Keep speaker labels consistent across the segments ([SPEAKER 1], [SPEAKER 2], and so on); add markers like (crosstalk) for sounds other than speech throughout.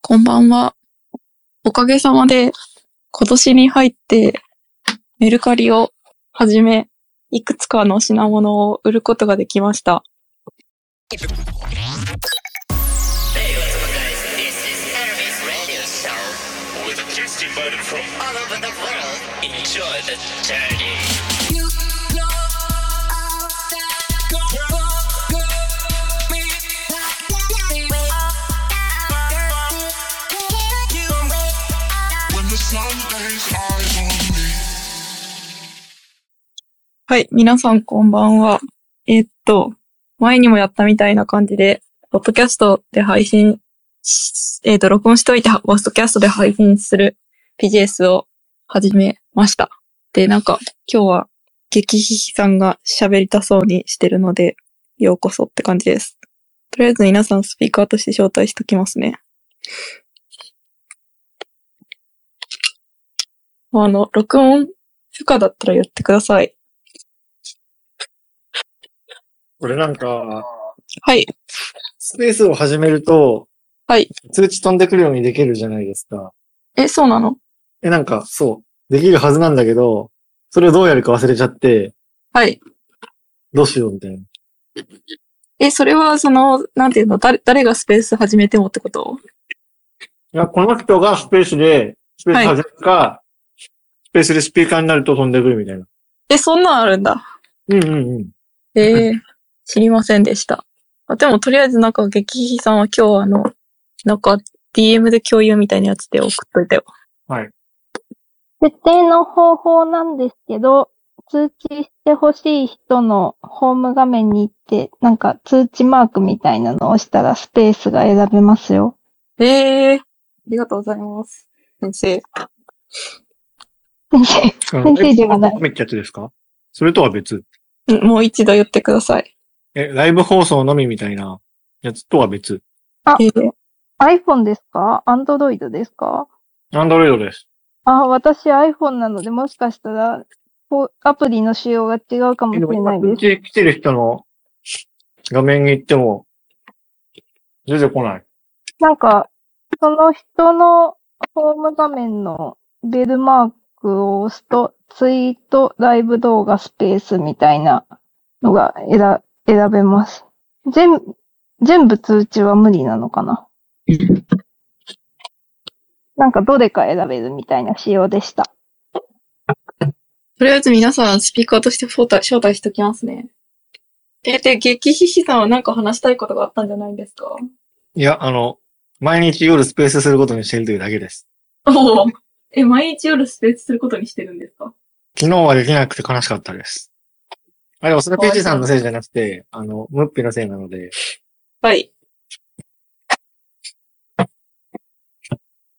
[SPEAKER 1] こんばんは。おかげさまで、今年に入って、メルカリをはじめ、いくつかの品物を売ることができました。
[SPEAKER 2] This is Hermes Radio Show
[SPEAKER 3] with a tasty item from
[SPEAKER 2] all over the world. Enjoy the journey.
[SPEAKER 3] when the sun lays eyes on me.
[SPEAKER 1] はい、皆さんこんばんは。えーっと、前にもやったみたいな感じで、ポッドキャストで配信し、えーっと、録音しといて、ポッドキャストで配信する PJS を始めました。で、なんか、今日は、激ひひさんが喋りたそうにしてるので、ようこそって感じです。とりあえず皆さんスピーカーとして招待しときますね。あの、録音不可だったら言ってください。
[SPEAKER 4] 俺なんか、
[SPEAKER 1] はい。
[SPEAKER 4] スペースを始めると、
[SPEAKER 1] はい。
[SPEAKER 4] 通知飛んでくるようにできるじゃないですか。
[SPEAKER 1] え、そうなの
[SPEAKER 4] え、なんか、そう。できるはずなんだけど、それをどうやるか忘れちゃって、
[SPEAKER 1] はい。
[SPEAKER 4] どうしようみたいな。
[SPEAKER 1] え、それは、その、なんていうの、誰、誰がスペース始めてもってこと
[SPEAKER 4] いや、この人がスペースで、スペース始めるか、スペースでスピーカーになると飛んでくるみたいな。
[SPEAKER 1] え、そんなんあるんだ。
[SPEAKER 4] うんうんうん。
[SPEAKER 1] ええ (laughs) 知りませんでした。あでも、とりあえずなんか、激ひさんは今日あの、なんか、DM で共有みたいなやつで送っといたよ。
[SPEAKER 5] 設定の方法なんですけど、通知してほしい人のホーム画面に行って、なんか通知マークみたいなのを押したらスペースが選べますよ。
[SPEAKER 1] ええありがとうございます。先生。
[SPEAKER 5] 先生、先生ではない
[SPEAKER 4] めっちゃやつですかそれとは別。
[SPEAKER 1] うんもう一度言ってください。
[SPEAKER 4] え、ライブ放送のみみたいなやつとは別。
[SPEAKER 1] えー
[SPEAKER 5] iPhone ですか ?Android ですか
[SPEAKER 4] アンドロイドです。
[SPEAKER 5] あ、私 iPhone なのでもしかしたら、こうアプリの仕様が違うかもし
[SPEAKER 4] でも
[SPEAKER 5] れ
[SPEAKER 4] 今
[SPEAKER 5] ないです。
[SPEAKER 4] 通知来てる人の画面に行っても、出てこない。
[SPEAKER 5] なんか、その人のホーム画面のベルマークを押すと、ツイート、ライブ動画、スペースみたいなのが選選べます。全、全部通知は無理なのかななんかどれか選べるみたいな仕様でした。
[SPEAKER 1] とりあえず皆さん、スピーカーとして招待、招待しときますね。え、で、激ひひさんはなんか話したいことがあったんじゃないですか
[SPEAKER 4] いや、あの、毎日夜スペースすることにしてるというだけです。
[SPEAKER 1] おお。え、毎日夜スペースすることにしてるんですか
[SPEAKER 4] 昨日はできなくて悲しかったです。あれ、おそらく PG さんのせいじゃなくて、あの、ムッピのせいなので、
[SPEAKER 1] はい。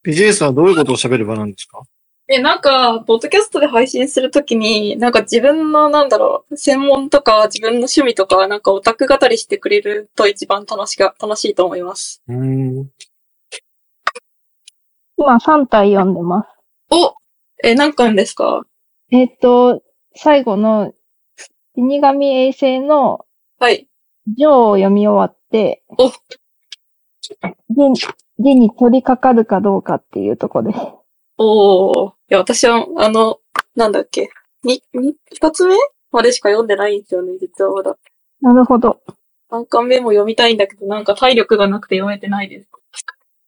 [SPEAKER 4] PGS はどういうことを喋る場なんですか
[SPEAKER 1] え、なんか、ポッドキャストで配信するときに、なんか自分の、なんだろう、専門とか、自分の趣味とか、なんかオタク語りしてくれると一番楽しが、楽しいと思います。
[SPEAKER 4] うーん。
[SPEAKER 5] 今3体読んでます。
[SPEAKER 1] おえ、なんかんですか
[SPEAKER 5] えっと、最後の死神衛星の
[SPEAKER 1] はい。
[SPEAKER 5] ジョーを読み終わって、
[SPEAKER 1] お
[SPEAKER 5] で、でに取りかかるかどうかっていうとこです。 (laughs)
[SPEAKER 1] おお。いや、私は、あの、なんだっけ。に、に、二つ目までしか読んでないんですよね、実はまだ。
[SPEAKER 5] なるほど。
[SPEAKER 1] 三巻目も読みたいんだけど、なんか体力がなくて読めてない (laughs) です。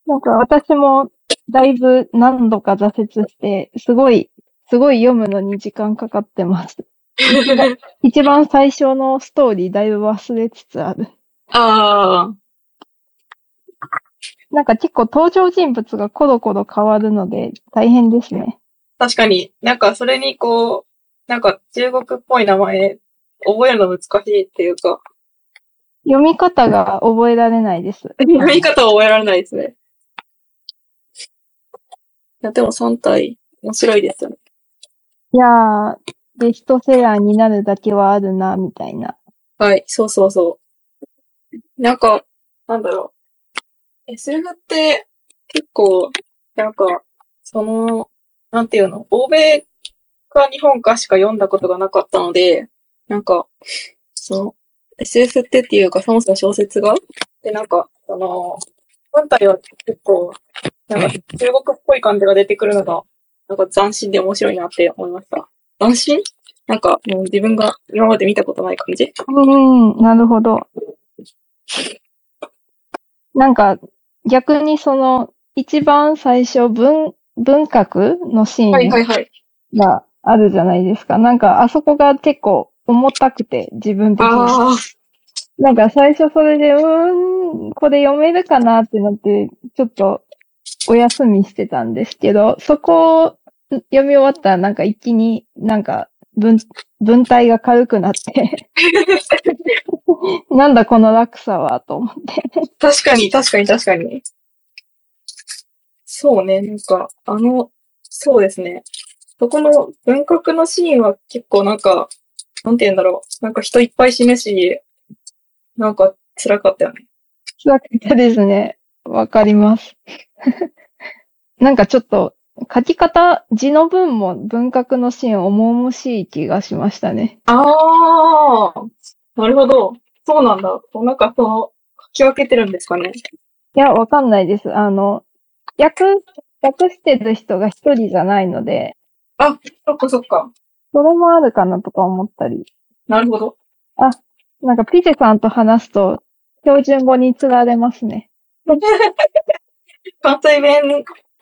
[SPEAKER 5] なんか私もだいぶ何度か挫折して、すごい、すごい読むのに時間かかってます。一番最初のストーリーだいぶ忘れつつある。
[SPEAKER 1] ああ。
[SPEAKER 5] なんか結構登場人物がコロコロ変わるので大変ですね。
[SPEAKER 1] 確かに、なんかそれにこう、なんか中国っぽい名前、覚えるの難しいっていうか、
[SPEAKER 5] 読み方が覚えられないです。
[SPEAKER 1] (laughs) 読み方を覚えられないですね。いや、でも3体、面白いですよね。
[SPEAKER 5] いやー、ベストセラーになるだけはあるな、みたいな。
[SPEAKER 1] はい、そうそうそう。なんか、なんだろう。SF って、結構、なんか、その、なんていうの、欧米か日本かしか読んだことがなかったので、なんか、その、SF ってっていうか、そもそも小説がで、なんか、その、本体は結構、なんか中国っぽい感じが出てくるのが、なんか斬新で面白いなって思いました。斬新なんか、もう自分が今まで見たことない感じ
[SPEAKER 5] うん、なるほど。なんか、逆にその、一番最初、文、文学のシ
[SPEAKER 1] はい
[SPEAKER 5] ー
[SPEAKER 1] はい
[SPEAKER 5] ン
[SPEAKER 1] はい。
[SPEAKER 5] があるじゃないですか。なんか、あそこが結構重たくて、自分的に。
[SPEAKER 1] ああ、
[SPEAKER 5] なんか最初それで、うーん、これ読めるかなってなって、ちょっとお休みしてたんですけど、そこを読み終わったらなんか一気になんか文、文体が軽くなって、 (laughs) なんだこの落差はと思って。
[SPEAKER 1] 確かに確かに確かに。そうね、なんか、あの、そうですね。そこの文革のシーンは結構なんか、なんて言うんだろう。なんか人いっぱい死ぬし、なんか辛かったよね。
[SPEAKER 5] 辛かったですね。わかります。 (laughs) なんかちょっと書き方、字の文も文革のシーン重々しい気がしましたね。
[SPEAKER 1] ああ、なるほど。そうなんだ。なんかその、書き分けてるんですかね。
[SPEAKER 5] いや、わかんないです。あの、訳、訳してる人が一人じゃないので、
[SPEAKER 1] そっかそっか。
[SPEAKER 5] それもあるかなとか思ったり。
[SPEAKER 1] なるほど。
[SPEAKER 5] なんか、ピジェさんと話すと、標準語に釣られますね。
[SPEAKER 1] (laughs) 関西弁、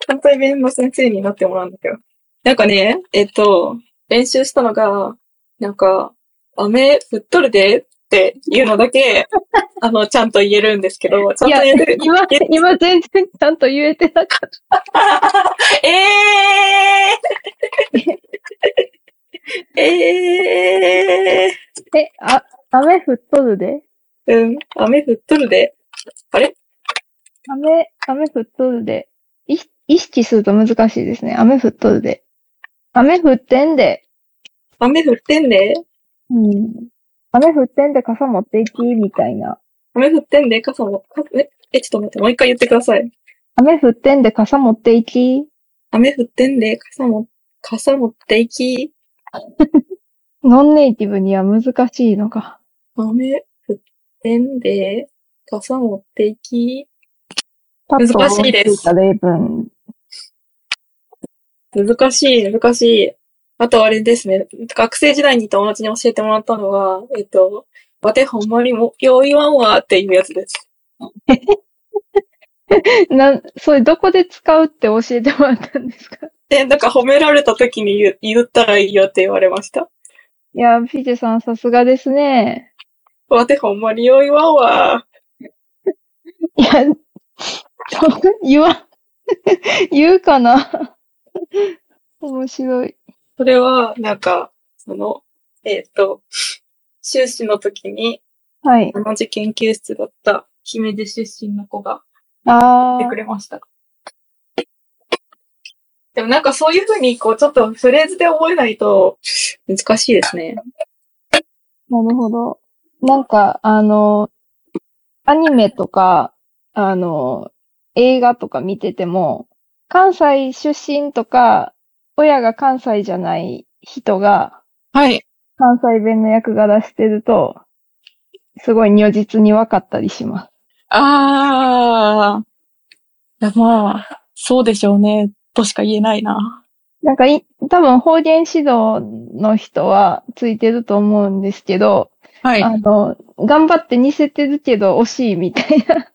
[SPEAKER 1] 関西弁の先生になってもらうんだけど。なんかね、えっと、練習したのが、なんか、雨降っとるでっていうのだけ、あの、ちゃんと言えるんですけど、ちゃん
[SPEAKER 5] (laughs) い
[SPEAKER 1] と
[SPEAKER 5] や、
[SPEAKER 1] 言えてる。
[SPEAKER 5] 今、今全然ちゃんと言えてなかっ
[SPEAKER 1] ええー、え
[SPEAKER 5] た。え、あ、雨降っとるで
[SPEAKER 1] ー、うん、雨降っとるで。あれ
[SPEAKER 5] 雨、雨降っとるで。い意識すると難しいですね。雨降っとるで。雨降ってんで。
[SPEAKER 1] 雨降ってんで
[SPEAKER 5] うん。雨降ってんで傘持っていき、みたいな。
[SPEAKER 1] 雨降ってんで傘も、かえ、え、ちょっと待って、もう一回言ってください。
[SPEAKER 5] 雨降ってんで傘持っていき。
[SPEAKER 1] 雨降ってんで、傘も、傘持っていき、
[SPEAKER 5] ノンネイティブには難しいのか。
[SPEAKER 1] 雨降ってんで、傘持っていき、
[SPEAKER 5] パッと
[SPEAKER 1] 難しいです
[SPEAKER 5] 思いつた例文。
[SPEAKER 1] 難しい、難しい。あとあれですね、学生時代に友達に教えてもらったのは、えっと、わてほんまにも、よう言わんわっていうやつです。
[SPEAKER 5] なん、それどこで使うって教えてもらったんですか (laughs)
[SPEAKER 1] で、なんか褒められた時に言う言ったらいいよって言われました。
[SPEAKER 5] いや、ピジェさんさすがですね。
[SPEAKER 1] わてほんまによう言わんわ。
[SPEAKER 5] いや、言わ、 (laughs) 言うかな。 (laughs) 面白い。
[SPEAKER 1] それは、なんか、その、えっと、修士の時に、
[SPEAKER 5] はい。
[SPEAKER 1] 同じ研究室だった姫路出身の子が、
[SPEAKER 5] あ
[SPEAKER 1] ってくれました。でもなんかそういうふうに、こう、ちょっとフレーズで覚えないと難しいですね。
[SPEAKER 5] ー、なるほど。なんか、あの、アニメとか、あの、映画とか見てても、関西出身とか、親が関西じゃない人が、
[SPEAKER 1] はい。
[SPEAKER 5] 関西弁の役柄してると、すごい如実に分かったりします。
[SPEAKER 1] あー。いや、まあ、そうでしょうね、としか言えないな。
[SPEAKER 5] なんかい、多分方言指導の人はついてると思うんですけど、
[SPEAKER 1] は
[SPEAKER 5] あの、頑張って似せてるけど惜しいみたいな、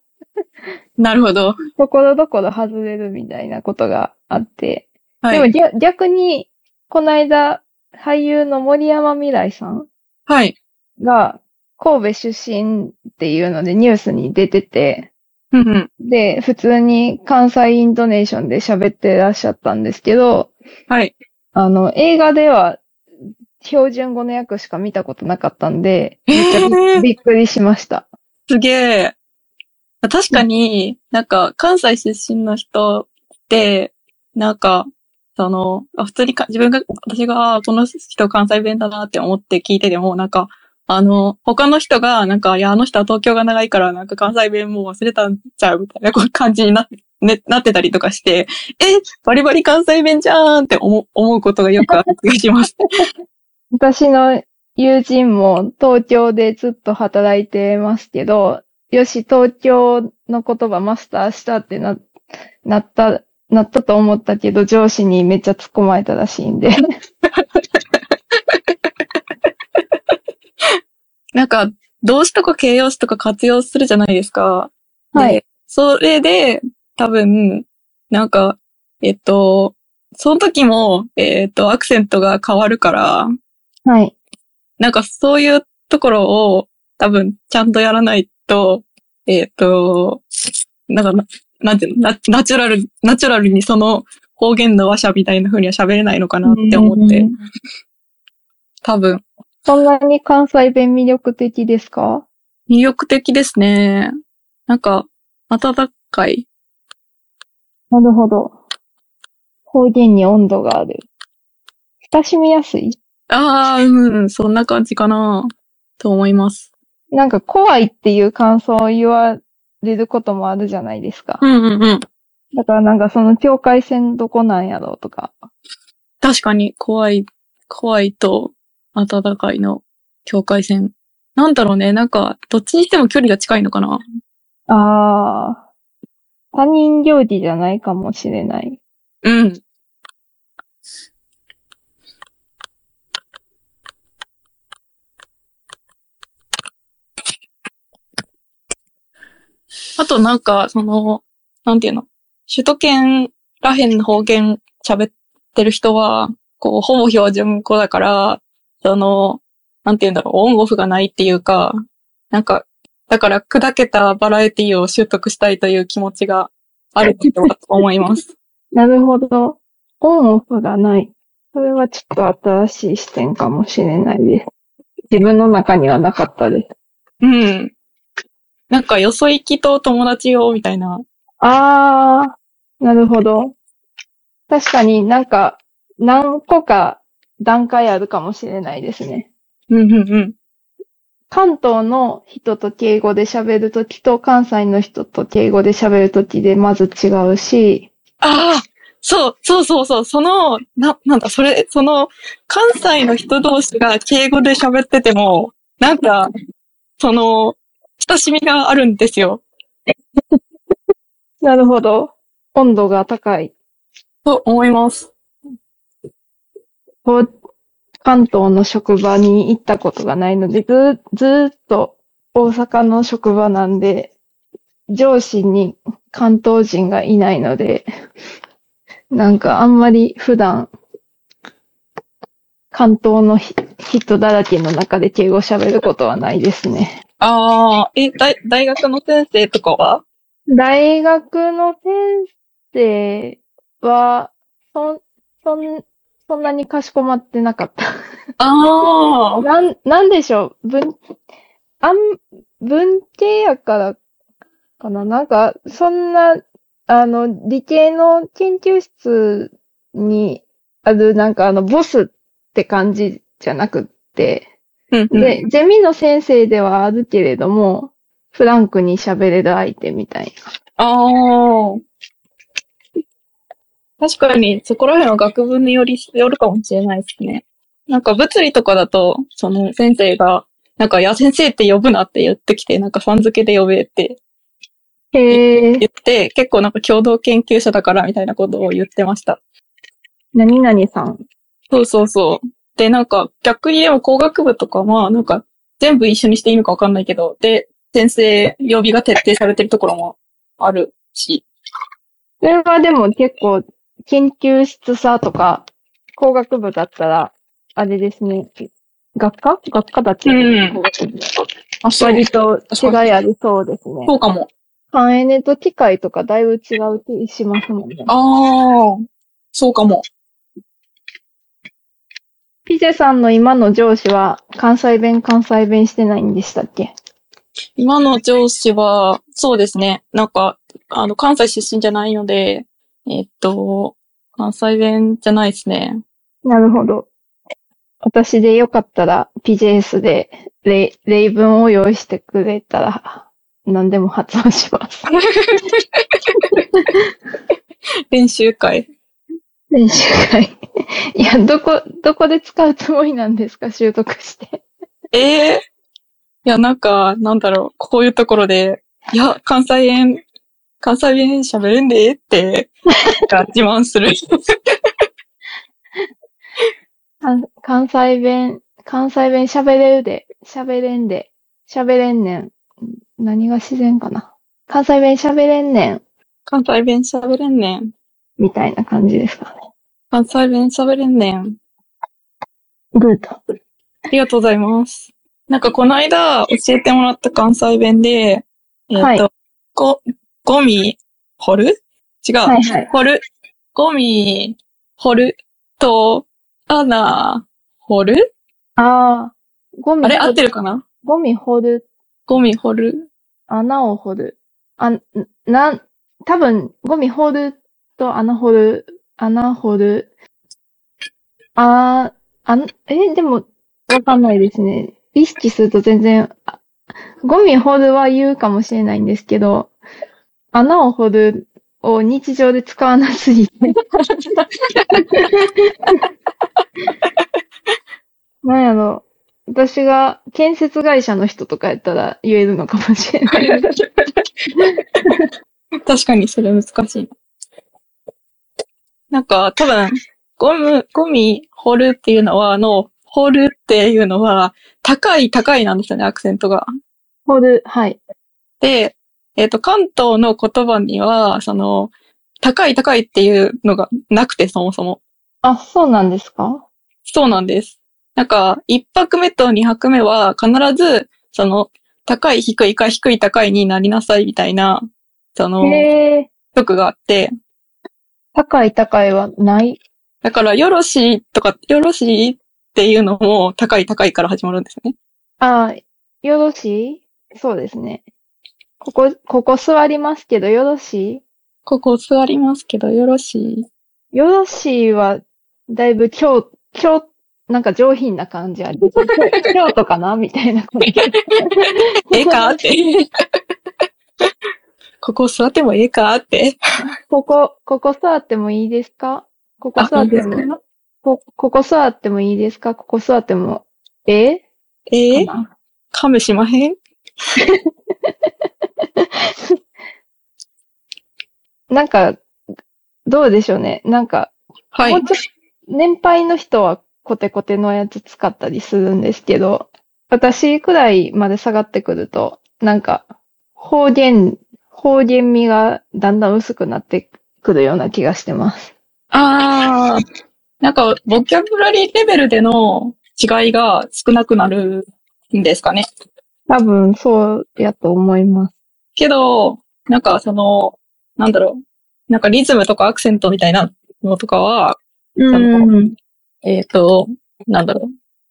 [SPEAKER 1] なるほど。
[SPEAKER 5] ところどころ外れるみたいなことがあって、
[SPEAKER 1] は
[SPEAKER 5] でも。逆逆に、この間、俳優の森山未来さん
[SPEAKER 1] はい。
[SPEAKER 5] が神戸出身っていうのでニュースに出てて、
[SPEAKER 1] うんうん。
[SPEAKER 5] で、普通に関西イントネーションで喋ってらっしゃったんですけど、
[SPEAKER 1] はい。
[SPEAKER 5] あの、映画では標準語の訳しか見たことなかったんで、めっちゃび,、
[SPEAKER 1] へー
[SPEAKER 5] っくりしました。
[SPEAKER 1] すげえ。確かに、なんか、関西出身の人って、なんか、その、あ普通にか自分が、私が、あこの人関西弁だなって思って聞いてても、なんか、あの、他の人が、なんか、いや、あの人は東京が長いから、なんか関西弁もう忘れたんちゃうみたいなこう感じにな,、ね、なってたりとかして、え、バリバリ関西弁じゃーんって思う思うことがよくある気がします。
[SPEAKER 5] 私の友人も東京でずっと働いてますけど、よし、東京の言葉マスターしたってな、なった、なったと思ったけど、上司にめっちゃ突っ込まれたらしいんで。
[SPEAKER 6] なんか、動詞とか形容詞とか活用するじゃないですか。で
[SPEAKER 5] はい。
[SPEAKER 6] それで、多分、なんか、えっと、その時も、えっと、アクセントが変わるから、
[SPEAKER 5] (laughs) はい。
[SPEAKER 6] なんかそういうところを多分ちゃんとやらないと、えっ、と、なんかな、なんていうのナ、ナチュラル、ナチュラルにその方言の話者みたいな風には喋れないのかなって思って
[SPEAKER 5] うん、
[SPEAKER 6] 多分、
[SPEAKER 5] そんなに関西弁魅力的ですか
[SPEAKER 6] 魅力的ですね。なんか、温かい。
[SPEAKER 5] なるほど。方言に温度がある。親しみやすい
[SPEAKER 6] ああ、うん、そんな感じかな、と思います。
[SPEAKER 5] なんか怖いっていう感想を言われることもあるじゃないですか。
[SPEAKER 6] うんうんうん。
[SPEAKER 5] だからなんかその境界線どこなんやろうとか。
[SPEAKER 6] 確かに怖い、怖いと暖かいの境界線。なんだろうね、なんか、どっちにしても距離が近いのかな。
[SPEAKER 5] ああ。他人行事じゃないかもしれない。
[SPEAKER 6] うん。あとなんか、その、なんていうの、首都圏らへんの方言喋ってる人は、こう、ほぼ標準語だから、その、なんていうんだろう、オンオフがないっていうか、なんか、だから砕けたバラエティを習得したいという気持ちがあると思います。
[SPEAKER 5] なるほど。オンオフがない。それはちょっと新しい視点かもしれないです。自分の中にはなかったです。
[SPEAKER 6] うん。なんか、よそ行きと友達用みたいな。
[SPEAKER 5] ああ、なるほど。確かになんか何個か段階あるかもしれないですね。
[SPEAKER 6] うんうんうん。
[SPEAKER 5] 関東の人と敬語で喋るときと関西の人と敬語で喋るときでまず違うし、
[SPEAKER 6] ああそう、そうそうそう、その、な、なんだ、それ、その、関西の人同士が敬語で喋ってても、なんか、その、親しみがあるんですよ。
[SPEAKER 5] なるほど。温度が高い。
[SPEAKER 6] と思います。
[SPEAKER 5] こう関東の職場に行ったことがないので、ずー、ずーっと大阪の職場なんで、上司に関東人がいないので、なんかあんまり普段、関東のひ人だらけの中で敬語喋ることはないですね。
[SPEAKER 6] ああ、え、大、大学の先生とかは
[SPEAKER 5] 大学の先生は、そん、そん、そんなにかしこまってなかった。
[SPEAKER 6] ああ、
[SPEAKER 5] なん、なんでしょう。文、あん、文系やからかな。なんか、そんな、あの、理系の研究室にある、なんかあの、ボスって感じじゃなくって、
[SPEAKER 6] うんうん。
[SPEAKER 5] で、ゼミの先生ではあるけれども、フランクに喋れる相手みたい
[SPEAKER 6] ああ。確かに、そこら辺は学部により、よるかもしれないですね。なんか物理とかだと、その先生が、なんか、いや、先生って呼ぶなって言ってきて、なんか、さん付けで呼べって
[SPEAKER 5] な。へえ、
[SPEAKER 6] 言って、結構なんか共同研究者だからみたいなことを言ってました。
[SPEAKER 5] 何々さん。
[SPEAKER 6] そうそうそう。で、なんか、逆にでも工学部とかは、なんか、全部一緒にしていいのかわかんないけど、で、先生呼びが徹底されてるところもあるし。
[SPEAKER 5] それはでも結構、研究室さとか、工学部だったら、あれですね。学科学科だっけ、
[SPEAKER 6] うん
[SPEAKER 5] 工学部
[SPEAKER 6] あ、そ
[SPEAKER 5] 割と違いありそうですね。
[SPEAKER 6] そうかも。
[SPEAKER 5] 半エネと機械とかだいぶ違う気しますもんね。
[SPEAKER 6] ああ、そうかも。
[SPEAKER 5] ピジェさんの今の上司は関西弁関西弁してないんでしたっけ
[SPEAKER 6] 今の上司は、そうですね。なんか、あの、関西出身じゃないので、えっと、関西弁じゃないですね。
[SPEAKER 5] なるほど。私でよかったら PJS で例例文を用意してくれたら何でも発音します。
[SPEAKER 6] 練習会。
[SPEAKER 5] 練習会。 (laughs) いや、どこ、どこで使うつもりなんですか習得して。
[SPEAKER 6] ええいや、なんか、なんだろう、こういうところで、いや、関西弁、関西弁喋れんでって、なんか自慢する。 (laughs)
[SPEAKER 5] 関関西弁、関西弁喋れるで、喋れんで、喋れんねん。何が自然かな。関西弁喋れんねん、
[SPEAKER 6] 関西弁喋れんねん。
[SPEAKER 5] みたいな感じですかね。
[SPEAKER 6] 関西弁喋れんねん。
[SPEAKER 5] ルート。
[SPEAKER 6] ありがとうございます。なんかこの間教えてもらった関西弁で、えっ、
[SPEAKER 5] はい
[SPEAKER 6] と、ご、ゴミ、掘る違う。
[SPEAKER 5] はいはい。
[SPEAKER 6] 掘る。ゴミ、掘る。と、穴、掘る
[SPEAKER 5] ああ、ゴミ
[SPEAKER 6] あれ合
[SPEAKER 5] 掘
[SPEAKER 6] って
[SPEAKER 5] る。
[SPEAKER 6] るかな
[SPEAKER 5] ゴミ掘る、
[SPEAKER 6] ゴミ掘る。
[SPEAKER 5] 穴を掘る。あ、んなん、多分、ゴミ掘ると穴掘る、穴掘る。あー、あん、え、でも、わかんない
[SPEAKER 6] (laughs)
[SPEAKER 5] ですね。意識すると全然、あゴミ掘るは言うかもしれないんですけど、穴を掘るを日常で使わなすぎて。なんやろ。私が建設会社の人とかやったら言えるのかもしれない。
[SPEAKER 6] 確かにそれ難しいな。なんか多分、ゴム、ゴミ掘るっていうのは、あの、掘るっていうのは、高い高いなんですよね、アクセントが。
[SPEAKER 5] 掘る、はい。
[SPEAKER 6] で、えっ、と、関東の言葉には、その、高い高いっていうのがなくて、そもそも。
[SPEAKER 5] あ、そうなんですか
[SPEAKER 6] そうなんです。なんか、一泊目と二泊目は必ず、その、高い低いか低い高いになりなさいみたいな、その、
[SPEAKER 5] へえ、
[SPEAKER 6] 曲があって、
[SPEAKER 5] 高い高いはない。
[SPEAKER 6] だから、よろしいとか、よろしいっていうのも、高い高いから始まるんですよね。
[SPEAKER 5] あ、よろしいそうですね。ここ、ここ座りますけど、よろし
[SPEAKER 6] ここ座りますけど、よろしい
[SPEAKER 5] いよろしいは、だいぶ今日、今日、なんか上品な感じあり (laughs) ます。京都かなみたいな感じ。
[SPEAKER 6] ええかって。 (laughs) ここ座ってもええかって。
[SPEAKER 5] ここ、ここ座ってもいいですかここ座っても、
[SPEAKER 6] ね。
[SPEAKER 5] こ、ここ座ってもいいですかここ座っても、え
[SPEAKER 6] え
[SPEAKER 5] え
[SPEAKER 6] ー、噛むしまへん
[SPEAKER 5] なんか、どうでしょうね。なんか、
[SPEAKER 6] は
[SPEAKER 5] も。
[SPEAKER 6] いう
[SPEAKER 5] ちょっと年配の人はコテコテのやつ使ったりするんですけど、私くらいまで下がってくると、なんか、方言、方言味がだんだん薄くなってくるような気がしてます。
[SPEAKER 6] ああ、なんか、ボキャブラリーレベルでの違いが少なくなるんですかね。
[SPEAKER 5] 多分そうやと思います。
[SPEAKER 6] けど、なんか、その、なんだろう。なんか、リズムとかアクセントみたいなのとかは、
[SPEAKER 5] うん。
[SPEAKER 6] えっ、と、なんだろ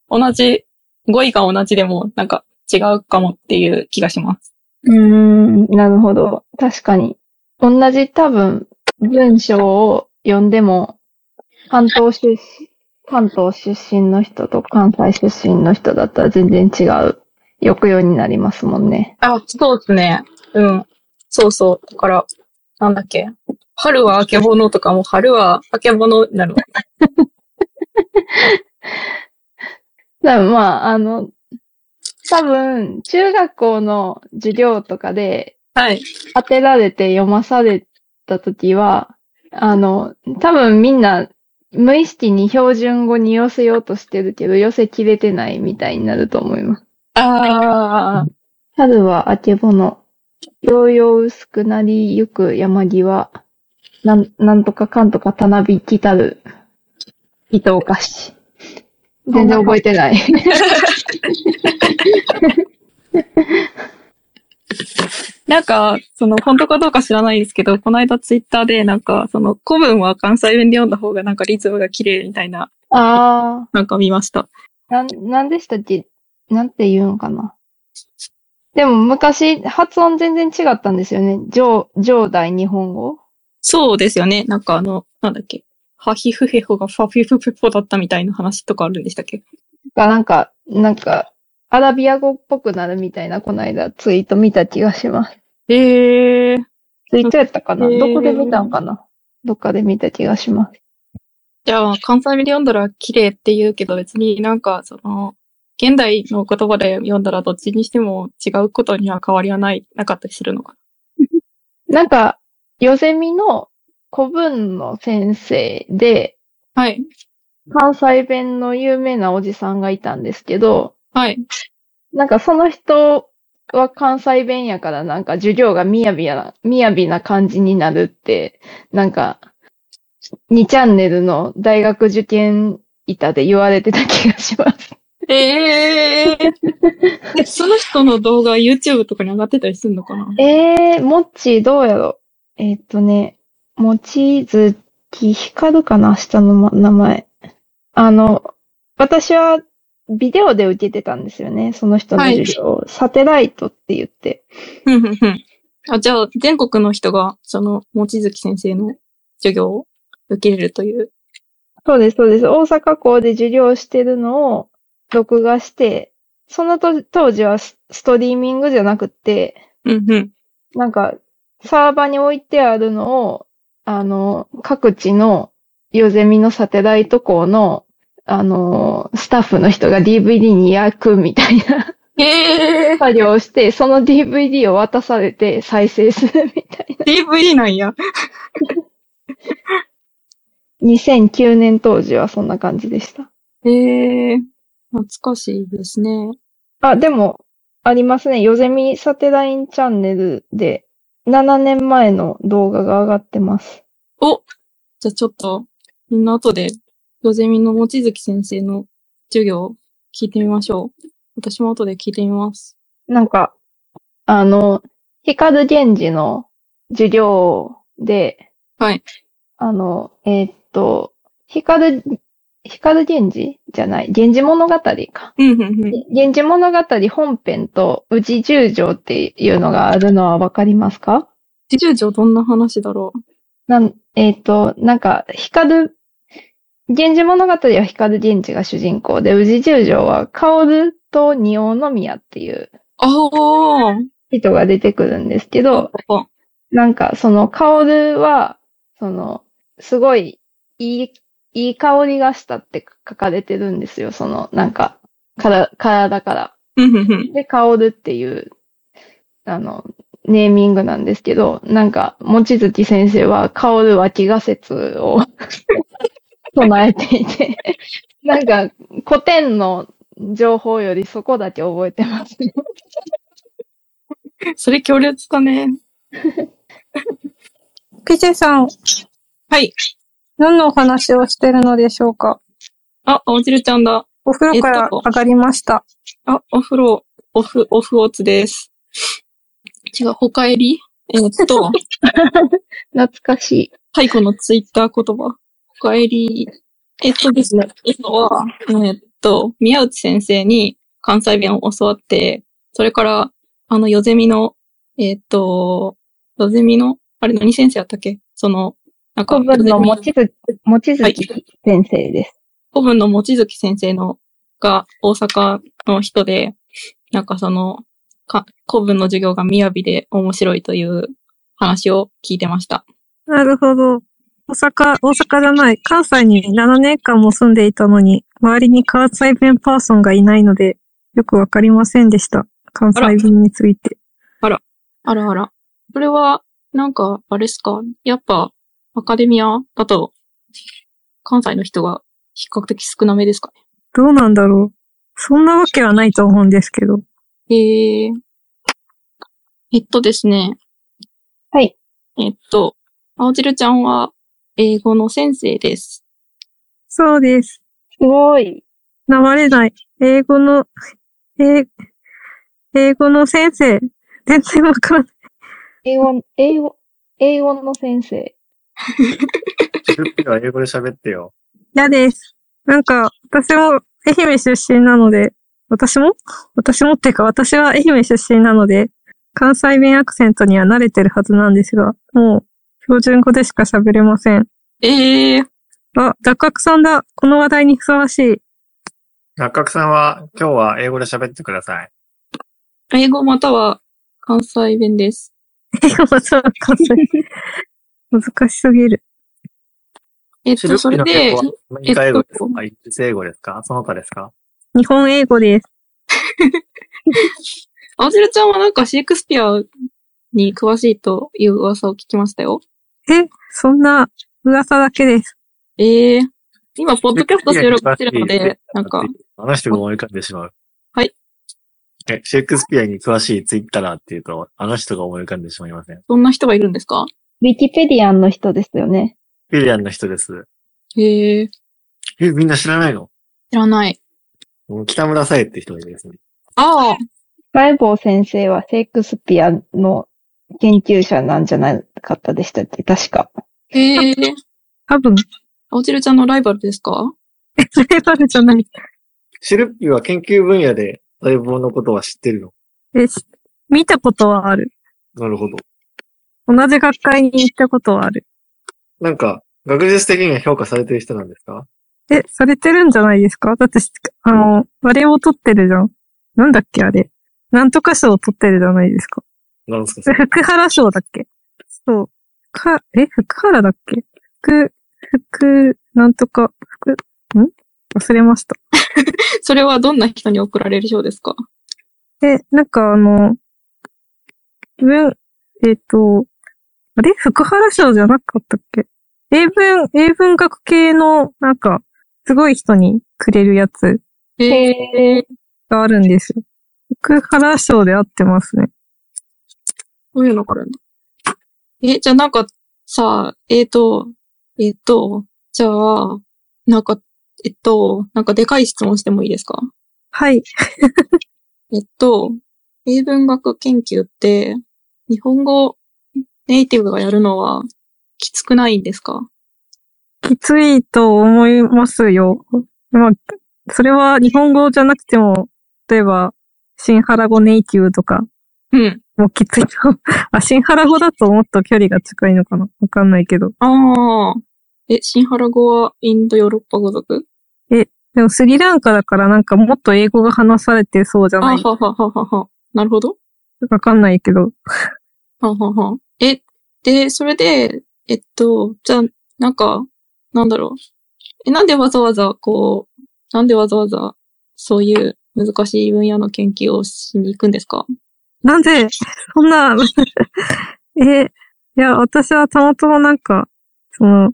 [SPEAKER 6] う。同じ、語彙が同じでも、なんか、違うかもっていう気がします。
[SPEAKER 5] うーん、なるほど。確かに。同じ多分、文章を読んでも、関東出身、関東出身の人と関西出身の人だったら全然違う抑揚になりますもんね。
[SPEAKER 6] あ、そうですね。うん。そうそう。だから、なんだっけ。春はあけぼのとかも、春はあけぼのになる。
[SPEAKER 5] だからまあ、あの、多分、中学校の授業とかで、
[SPEAKER 6] はい。
[SPEAKER 5] 当てられて読まされたときは、あの、多分みんな無意識に標準語に寄せようとしてるけど、寄せきれてないみたいになると思います。
[SPEAKER 6] ああ、
[SPEAKER 5] 春はあけぼの。ようよう薄くなりゆく山際。なん、なんとかかんとかたなびきたる。伊藤かし。全然覚えてない。
[SPEAKER 6] なんか、その、本当かどうか知らないですけど、この間ツイッターで、なんか、その、古文は関西弁で読んだ方が、なんかリズムが綺麗みたいな、
[SPEAKER 5] (laughs) あ
[SPEAKER 6] なんか見ました。
[SPEAKER 5] ー、なん、なんでしたっけなんて言うのかな。でも昔、発音全然違ったんですよね。上、上代日本語。
[SPEAKER 6] そうですよね。なんかあの、なんだっけ。ハヒフヘホがファフィフペポだったみたいな話とかあるんでしたっけ
[SPEAKER 5] がなんか、なんか、アラビア語っぽくなるみたいな、この間ツイート見た気がします。
[SPEAKER 6] ええ
[SPEAKER 5] ツイートやったかな
[SPEAKER 6] へー
[SPEAKER 5] どこで見たんかなどっかで見た気がします。
[SPEAKER 6] じゃあ、関西弁で読んだら綺麗って言うけど、別になんか、その、現代の言葉で読んだらどっちにしても違うことには変わりはない、なかったりするのか
[SPEAKER 5] なんか、ヨゼミの古文の先生で、
[SPEAKER 6] はい。
[SPEAKER 5] 関西弁の有名なおじさんがいたんですけど、
[SPEAKER 6] はい。
[SPEAKER 5] なんかその人は関西弁やからなんか授業がみやびやな、みやびな感じになるって、なんか、2チャンネルの大学受験板で言われてた気がします。
[SPEAKER 6] ええー。 (laughs) え、その人の動画 YouTube とかに上がってたりするのかな
[SPEAKER 5] えー、もっちーどうやろえーっとね、もちづきひかるかな下のま名前。あの、私はビデオで受けてたんですよね。その人の授業を、サテライトって言って。
[SPEAKER 6] うんうんうん。 (laughs) あ、じゃあ、全国の人が、その、望月先生の授業を受けれるという。
[SPEAKER 5] そうです、そうです。大阪校で授業してるのを録画して、そのと当時はスストリーミングじゃなくて、
[SPEAKER 6] うんうん。
[SPEAKER 5] なんか、サーバーに置いてあるのを、あの、各地のヨゼミのサテライト校の、あの、スタッフの人が DVD に焼くみたいな
[SPEAKER 6] ええ
[SPEAKER 5] 作業をして、その DVD を渡されて再生するみたい
[SPEAKER 6] ー、DVD なんや。
[SPEAKER 5] な。2009年当時はそんな感じでした。
[SPEAKER 6] ええー、懐かしいですね。
[SPEAKER 5] あ、でも、ありますね。ヨゼミサテラインチャンネルで7年前の動画が上がってます。
[SPEAKER 6] おじゃあちょっと、みんな後で、ヨゼミの望月先生の授業を聞いてみましょう。私も後で聞いてみます。
[SPEAKER 5] なんか、あの、光源氏の授業で、
[SPEAKER 6] はい。
[SPEAKER 5] あの、えーっと、光、光源氏じゃない、源氏物語か。
[SPEAKER 6] うんうんうん。
[SPEAKER 5] 源氏物語本編と宇治十条っていうのがあるのはわかりますか
[SPEAKER 6] 自重条どんな話だろう
[SPEAKER 5] なん、えーっと、なんか、光、源氏物語は光源氏が主人公で、宇治十条は薫と仁王の宮っていう
[SPEAKER 6] ああ
[SPEAKER 5] 人が出てくるんですけど、
[SPEAKER 6] あ
[SPEAKER 5] なんか、その、香るは、その、すごい、いい、いい香りがしたって書かれてるんですよ。その、なんか、から、体から。
[SPEAKER 6] うんうんうん。
[SPEAKER 5] で、香るっていう、あの、ネーミングなんですけど、なんか、もちづき先生は、香るは気が説を (laughs) 唱えていて、なんか、古典の情報よりそこだけ覚えてますね。
[SPEAKER 6] それ強烈だね。
[SPEAKER 7] ピチェさん、
[SPEAKER 6] はい。
[SPEAKER 7] 何のお話をしてるのでしょうか
[SPEAKER 6] あ、青汁ちゃんだ。
[SPEAKER 7] お風呂から
[SPEAKER 6] えっと
[SPEAKER 7] 上がりました。
[SPEAKER 6] あ、お風呂、オフ、オフオツです。違う、ほかえりえーっ (laughs) と、
[SPEAKER 5] 懐かしい。
[SPEAKER 6] 太古のツイッター言葉。おかえり。えっとですね、今は、えっと、宮内先生に関西弁を教わって、それから、あの、ヨゼミの、えっと、ヨゼミの、あれ何先生やったっけその、なんか、
[SPEAKER 5] 古文の
[SPEAKER 6] ヨ
[SPEAKER 5] も
[SPEAKER 6] ゼミ
[SPEAKER 5] ちづ、もちづき先生です。
[SPEAKER 6] 古文の望月先生の、が大阪の人で、なんかその、か古文の授業が雅で面白いという話を聞いてました。
[SPEAKER 7] なるほど。大阪、大阪じゃない、関西に7年間も住んでいたのに、周りに関西弁パーソンがいないので、よくわかりませんでした。関西弁について。
[SPEAKER 6] あらあら。それは、なんか、あれですかやっぱ、アカデミアだと、関西の人が比較的少なめですか
[SPEAKER 7] どうなんだろう。そんなわけはないと思うんですけど。
[SPEAKER 6] ねえー、えっとですね。
[SPEAKER 5] はい。
[SPEAKER 6] えっと、青汁ちゃんは英語の先生です。
[SPEAKER 7] そうです。
[SPEAKER 5] すごい。
[SPEAKER 7] 流れない。英語の、え、英語の先生。全然わからない。
[SPEAKER 5] 英語、英語、英語の先生。
[SPEAKER 4] シルピーは英語で喋ってよ。
[SPEAKER 7] 嫌です。なんか、私も愛媛出身なので、私も私もっていうか、私は愛媛出身なので、関西弁アクセントには慣れてるはずなんですが、もう、標準語でしか喋れません。
[SPEAKER 6] ええー、
[SPEAKER 7] あ、雑角さんだ。この話題にふさわしい。
[SPEAKER 4] 中角さんは今日は英語で喋ってください。
[SPEAKER 6] 英語または関西弁です。
[SPEAKER 7] 英語はそう関西 (laughs) 難しすぎる。
[SPEAKER 6] えっ
[SPEAKER 4] シル
[SPEAKER 6] と、
[SPEAKER 4] ピ
[SPEAKER 6] そ
[SPEAKER 4] ー
[SPEAKER 6] れ
[SPEAKER 4] の英語、は
[SPEAKER 6] で
[SPEAKER 4] アメリカ英語です
[SPEAKER 6] え
[SPEAKER 4] か
[SPEAKER 6] っ
[SPEAKER 4] イギリス英語ですかその他ですか
[SPEAKER 7] 日本英語です。
[SPEAKER 6] 青汁ちゃんはなんかシェイクスピアに詳しいという噂を聞きましたよ。
[SPEAKER 7] え、そんな噂だけです。
[SPEAKER 6] ええ今、ポッドキャスト収録してるので、なんか、、
[SPEAKER 4] 話して思い浮かんでしまう。
[SPEAKER 6] はい。
[SPEAKER 4] え、シェイクスピアに詳しいツイッターっていうと、あの人が思い浮かんでしまいません。
[SPEAKER 6] そんな人がいるんですか
[SPEAKER 5] ウィキペディアンの人ですよね。
[SPEAKER 4] フィリアンの人です。
[SPEAKER 6] ええ
[SPEAKER 4] え、みんな知らないの
[SPEAKER 6] 知らない。
[SPEAKER 4] 北村さえって人がいるんですね。
[SPEAKER 6] ああ、
[SPEAKER 5] バイボー先生はシェイクスピアの研究者なんじゃなかったでしたっけ確か。
[SPEAKER 6] ええ
[SPEAKER 7] 多分、 (laughs)
[SPEAKER 6] 青汁ちゃんのライバルですか
[SPEAKER 7] ライバルじゃない。
[SPEAKER 4] シルピーは研究分野で細胞のことは知ってるの。
[SPEAKER 7] え、し見たことはある。
[SPEAKER 4] なるほど。
[SPEAKER 7] 同じ学会に行ったことはある。
[SPEAKER 4] なんか、学術的には評価されてる人なんですか
[SPEAKER 7] え、されてるんじゃないですかだってし、あの、あれを取ってるじゃん。なんだっけ、あれ。なんとか賞を取ってるじゃないですか。
[SPEAKER 4] なんですかそ
[SPEAKER 7] え
[SPEAKER 4] れ
[SPEAKER 7] 福原賞だっけそう。か、え、福原だっけ福、福、なんとか、福、ん忘れました。
[SPEAKER 6] それはどんな人に送られる賞ですか
[SPEAKER 7] え、なんかあの、文、えっ、と、あれ福原賞じゃなかったっけ英文、英文学系の、なんか、すごい人にくれるやつ
[SPEAKER 6] ええ
[SPEAKER 5] へえ。
[SPEAKER 7] があるんですよ。福原賞で合ってますね。
[SPEAKER 6] どういうのこれえ、じゃあなんか、さあ、えっ、と、えっ、と、じゃあ、なんか、えっと、なんかでかい質問してもいいですか
[SPEAKER 7] はい。
[SPEAKER 6] えっと、英文学研究って、日本語ネイティブがやるのはきつくないんですか
[SPEAKER 7] きついと思いますよ。まあ、それは日本語じゃなくても、例えば、新原語ネイティブとか
[SPEAKER 6] うん。
[SPEAKER 7] もきついと。 (laughs) あ、新原語だともっと距離が近いのかなわかんないけど。
[SPEAKER 6] ああ。え、新原語はインドヨーロッパ語族
[SPEAKER 7] でもスリランカだからなんかもっと英語が話されてそうじゃ
[SPEAKER 6] あ
[SPEAKER 7] な
[SPEAKER 6] はいははははは。なるほど。
[SPEAKER 7] わかんないけど。
[SPEAKER 6] はんはんはん。え、で、それで、えっと、じゃあ、なんか、なんだろう。え、なんでわざわざ、こう、なんでわざわざ、そういう難しい分野の研究をしに行くんですか
[SPEAKER 7] なんで、そんな、 (laughs) え、いや、私はたまたまなんか、その、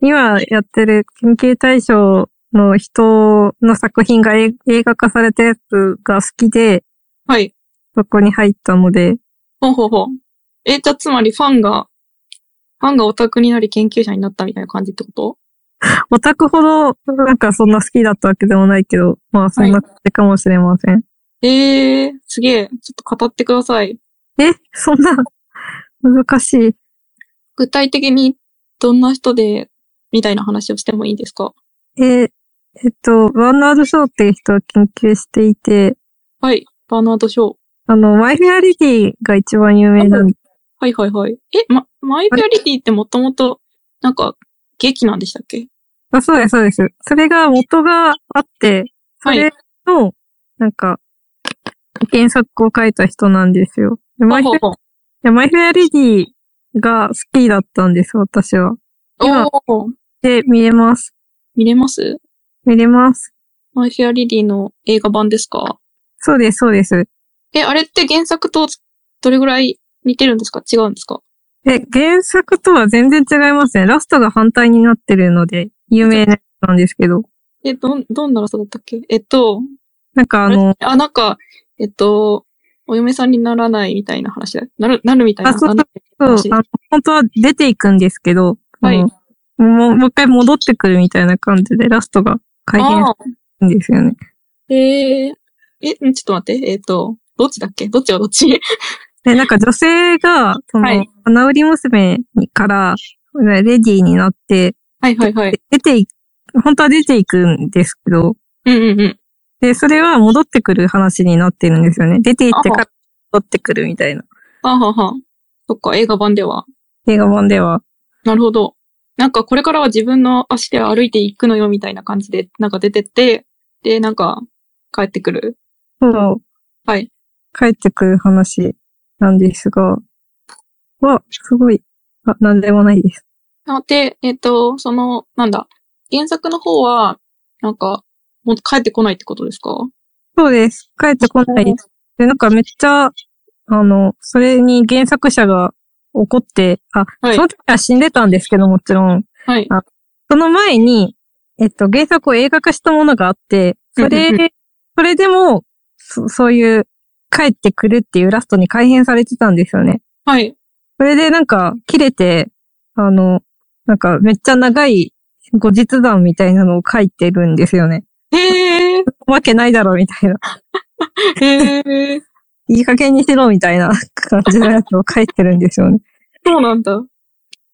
[SPEAKER 7] 今やってる研究対象の人の作品が映映画化されたやつが好きで、
[SPEAKER 6] はい。
[SPEAKER 7] そこに入ったので、
[SPEAKER 6] ほうほうほう。え、じゃあ、つまりファンが、ファンがオタクになり研究者になったみたいな感じってこと
[SPEAKER 7] オタクほどなんかそんな好きだったわけでもないけど、まあそんな感じかもしれません。
[SPEAKER 6] えー、すげえ。ちょっと語ってください。
[SPEAKER 7] え、そんな、難しい。
[SPEAKER 6] 具体的にどんな人で、みたいな話をしてもいいですか
[SPEAKER 7] えーえっと、バーナード・ショーっていう人を研究していて、
[SPEAKER 6] はい。バーナード・ショー。
[SPEAKER 7] あの、マイ・フェア・リティが一番有名なん
[SPEAKER 6] はいはいはい。え、ま、マイペアリティってもともと、なんか、劇なんでしたっけ
[SPEAKER 7] あ、そうです、そうです。それが元があって、そ
[SPEAKER 6] はい
[SPEAKER 7] れの、なんか、原作を書いた人なんですよ。でマイフェ
[SPEAKER 6] ほう
[SPEAKER 7] い
[SPEAKER 6] ほう
[SPEAKER 7] やマイフェアリディが好きだったんです、私は。今
[SPEAKER 6] おー
[SPEAKER 7] で、見れます。
[SPEAKER 6] 見れます
[SPEAKER 7] 見れます。
[SPEAKER 6] マイフェアリティの映画版ですか
[SPEAKER 7] そうです、そうです。
[SPEAKER 6] え、あれって原作とどれぐらい似てるんですか違うんですか
[SPEAKER 7] え、原作とは全然違いますね。ラストが反対になってるので、有名なやつなんですけど。
[SPEAKER 6] え、どん、どんなラストだったっけえっと、
[SPEAKER 7] なんかあの、
[SPEAKER 6] あ、なんか、えっと、お嫁さんにならないみたいな話だ。なる、なるみたいな。
[SPEAKER 7] あそうそう
[SPEAKER 6] なる
[SPEAKER 7] そう、
[SPEAKER 6] 話
[SPEAKER 7] あの、本当は出ていくんですけど、
[SPEAKER 6] はい
[SPEAKER 7] あのもう、もう一回戻ってくるみたいな感じで、ラストが改変
[SPEAKER 6] あ
[SPEAKER 7] するんですよね。
[SPEAKER 6] ーえーえ、んちょっと待って。えっと、どっちだっけどっちはどっち (laughs)
[SPEAKER 7] で、なんか女性が、そ
[SPEAKER 6] は
[SPEAKER 7] の
[SPEAKER 6] い、
[SPEAKER 7] 花売り娘にから、レディーになって、
[SPEAKER 6] はいはいはい。
[SPEAKER 7] 出てい、本当は出ていくんですけど、
[SPEAKER 6] うんうんうん。
[SPEAKER 7] で、それは戻ってくる話になってるんですよね。出ていってから戻ってくるみたいな。
[SPEAKER 6] はあはあはあ。そっか、映画版では。
[SPEAKER 7] 映画版では。
[SPEAKER 6] なるほど。なんかこれからは自分の足で歩いていくのよみたいな感じで、なんか出てって、で、なんか帰ってくる。
[SPEAKER 7] そう。
[SPEAKER 6] はい。
[SPEAKER 7] 帰ってくる話なんですが、は、すごい、あ、なんでもないです。
[SPEAKER 6] なので、えっ、と、その、なんだ、原作の方は、なんか、もう帰ってこないってことですか
[SPEAKER 7] そうです。帰ってこない。で、なんかめっちゃ、あの、それに原作者が怒って、あ、
[SPEAKER 6] はい
[SPEAKER 7] その時は死んでたんですけどもちろん、
[SPEAKER 6] はい。
[SPEAKER 7] その前に、えっと、原作を映画化したものがあって、そ
[SPEAKER 6] うんうんう
[SPEAKER 7] れ、それでも、そそういう、帰ってくるっていうラストに改変されてたんですよね。
[SPEAKER 6] はい。
[SPEAKER 7] それでなんか、切れて、あの、なんか、めっちゃ長い後日談みたいなのを書いてるんですよね。
[SPEAKER 6] へえ、
[SPEAKER 7] わけないだろ、みたいな。
[SPEAKER 6] へえ、
[SPEAKER 7] いい加減にしろ、みたいな感じのやつを書いてるんですよね。
[SPEAKER 6] (laughs) そうなんだ。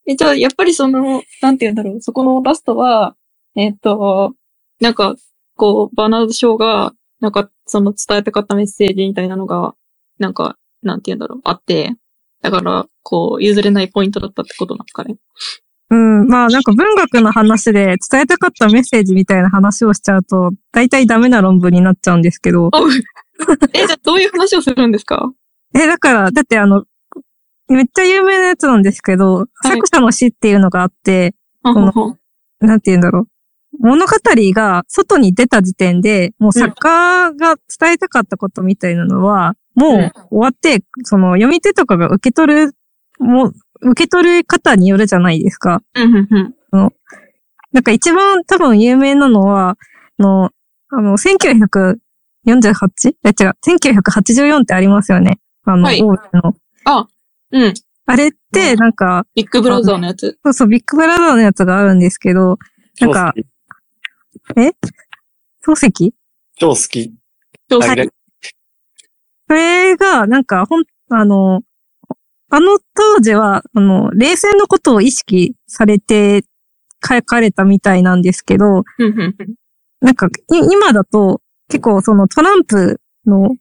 [SPEAKER 6] え、じゃあ、やっぱりその、なんて言うんだろう、そこのラストは、えっと、なんか、こう、バーナード・ショーが、なんか、その伝えたかったメッセージみたいなのが、なんか、なんて言うんだろう、あって、だから、こう、譲れないポイントだったってことなんですかね。
[SPEAKER 7] うん、まあなんか文学の話で伝えたかったメッセージみたいな話をしちゃうと、大体ダメな論文になっちゃうんですけど、
[SPEAKER 6] あ、 (laughs) え、じゃあ、どういう話をするんですか
[SPEAKER 7] え、だから、だってあの、めっちゃ有名なやつなんですけど、
[SPEAKER 6] い
[SPEAKER 7] 作者の死っていうのがあって、
[SPEAKER 6] あ
[SPEAKER 7] の
[SPEAKER 6] ほほ
[SPEAKER 7] なんて言うんだろう。物語が外に出た時点で、もう作家が伝えたかったことみたいなのは、もう終わって、その読み手とかが受け取る、もう、受け取る方によるじゃないですか。
[SPEAKER 6] うん、うん、うん。
[SPEAKER 7] なんか一番多分有名なのは、あの、あの、1948? え、違う、1984ってありますよね。あの、
[SPEAKER 6] はい
[SPEAKER 7] 大手の。
[SPEAKER 6] うん。
[SPEAKER 7] あれって、
[SPEAKER 6] うん
[SPEAKER 7] なんか、
[SPEAKER 6] ビッグブラザーのやつ。
[SPEAKER 7] そうそう、ビッグブラザーのやつがあるんですけど、 (laughs) なんか、漱石
[SPEAKER 4] 超好き。
[SPEAKER 6] 超
[SPEAKER 4] 超
[SPEAKER 6] 好
[SPEAKER 4] 好
[SPEAKER 6] き
[SPEAKER 4] き。
[SPEAKER 6] はい。
[SPEAKER 7] それが、なんか、ほん、あの、あの当時は、あの、冷戦のことを意識されて書かれたみたいなんですけど、
[SPEAKER 6] うんうんうん
[SPEAKER 7] なんか、い今だと、結構そのトランプの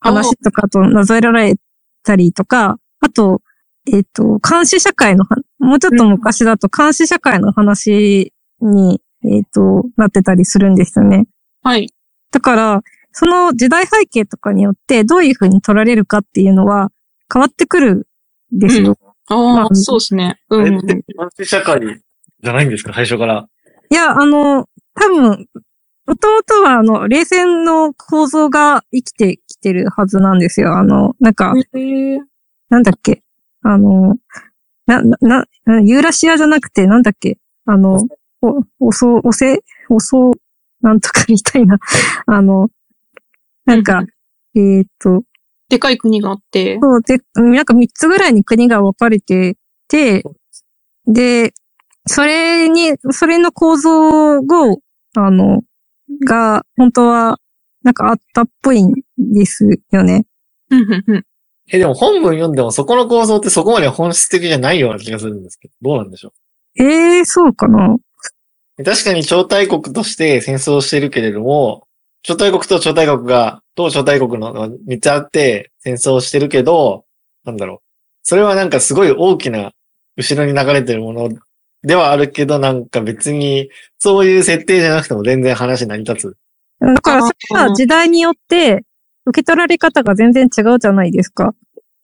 [SPEAKER 7] 話とかとなぞられたりとか、あと、えっ、と、監視社会のは、もうちょっと昔だと監視社会の話に、えっ、と、なってたりするんですよね。
[SPEAKER 6] はい。
[SPEAKER 7] だから、その時代背景とかによって、どういうふうに取られるかっていうのは、変わってくるんですよ。ま
[SPEAKER 6] あ
[SPEAKER 7] あ
[SPEAKER 6] あ、そうですね。うんうんうん。
[SPEAKER 4] 男性社会じゃないんですか、最初から。
[SPEAKER 7] いや、あの、多分、もともとは、あの、冷戦の構造が生きてきてるはずなんですよ。あの、なんか、
[SPEAKER 6] へえ
[SPEAKER 7] なんだっけ。あの、な、な、なな、ユーラシアじゃなくて、なんだっけ。あの、お、おそう、おせ、おそう、なんとかみたいな。 (laughs) あの、なん
[SPEAKER 6] う
[SPEAKER 7] か
[SPEAKER 6] ん、
[SPEAKER 7] えーっと、
[SPEAKER 6] でかい国があって。
[SPEAKER 7] そうで、なんか3つぐらいに国が分かれてて、で、それに、それの構造を、あの、が、本当は、なんかあったっぽいんですよね。
[SPEAKER 6] うんうんうん。
[SPEAKER 4] え、でも本文読んでもそこの構造ってそこまで本質的じゃないような気がするんですけど、どうなんでしょ
[SPEAKER 7] ええそうかな。
[SPEAKER 4] う。確かに超大国として戦争をしているけれども、超大国と超大国が、と超大国の3つあって戦争をしてるけど、なんだろう。それはなんかすごい大きな後ろに流れてるものではあるけど、なんか別にそういう設定じゃなくても全然話成り立つ。
[SPEAKER 7] だから、
[SPEAKER 6] あー
[SPEAKER 7] それは時代によって、受け取られ方が全然違うじゃないですか。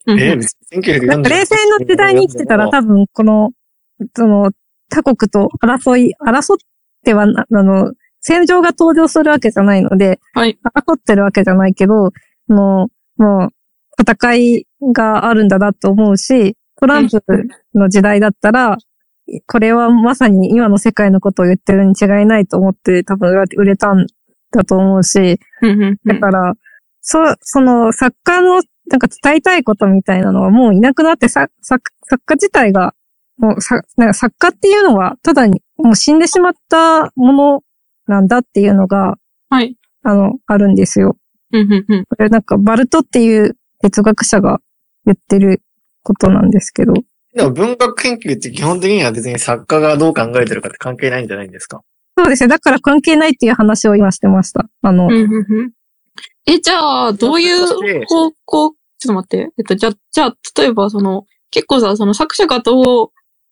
[SPEAKER 6] うん
[SPEAKER 4] え
[SPEAKER 6] うん
[SPEAKER 4] 別に1940
[SPEAKER 7] なんか冷戦の時代に生きてたら
[SPEAKER 4] 多
[SPEAKER 7] 多分、この、その、他国と争い、争ってはな、あの、戦場が登場するわけじゃないので、
[SPEAKER 6] はい
[SPEAKER 7] 争ってるわけじゃないけど、あの、もう、戦いがあるんだなと思うし、トランプの時代だったら、これはまさに今の世界のことを言ってるに違いないと思って多分売れたんだと思うし、
[SPEAKER 6] うんうんう
[SPEAKER 7] だ
[SPEAKER 6] ん
[SPEAKER 7] から、そ、その作家のなんか伝えたいことみたいなのはもういなくなって、さ作作家自体が、もうさ、なんか作家っていうのはただにもう死んでしまったものなんだっていうのが、
[SPEAKER 6] はい。
[SPEAKER 7] あの、あるんですよ。
[SPEAKER 6] うんうんうん。
[SPEAKER 7] これなんかバルトっていう哲学者が言ってることなんですけど。
[SPEAKER 4] でも文学研究って基本的には別に作家がどう考えてるかって関係ないんじゃないんですか
[SPEAKER 7] そうですね。だから関係ないっていう話を今してました。あの、
[SPEAKER 6] うんうんうんえ、じゃあ、どういう方向、ちょっと待って。えっと、じゃあ、じゃあ、例えば、その、結構さ、その作者がどう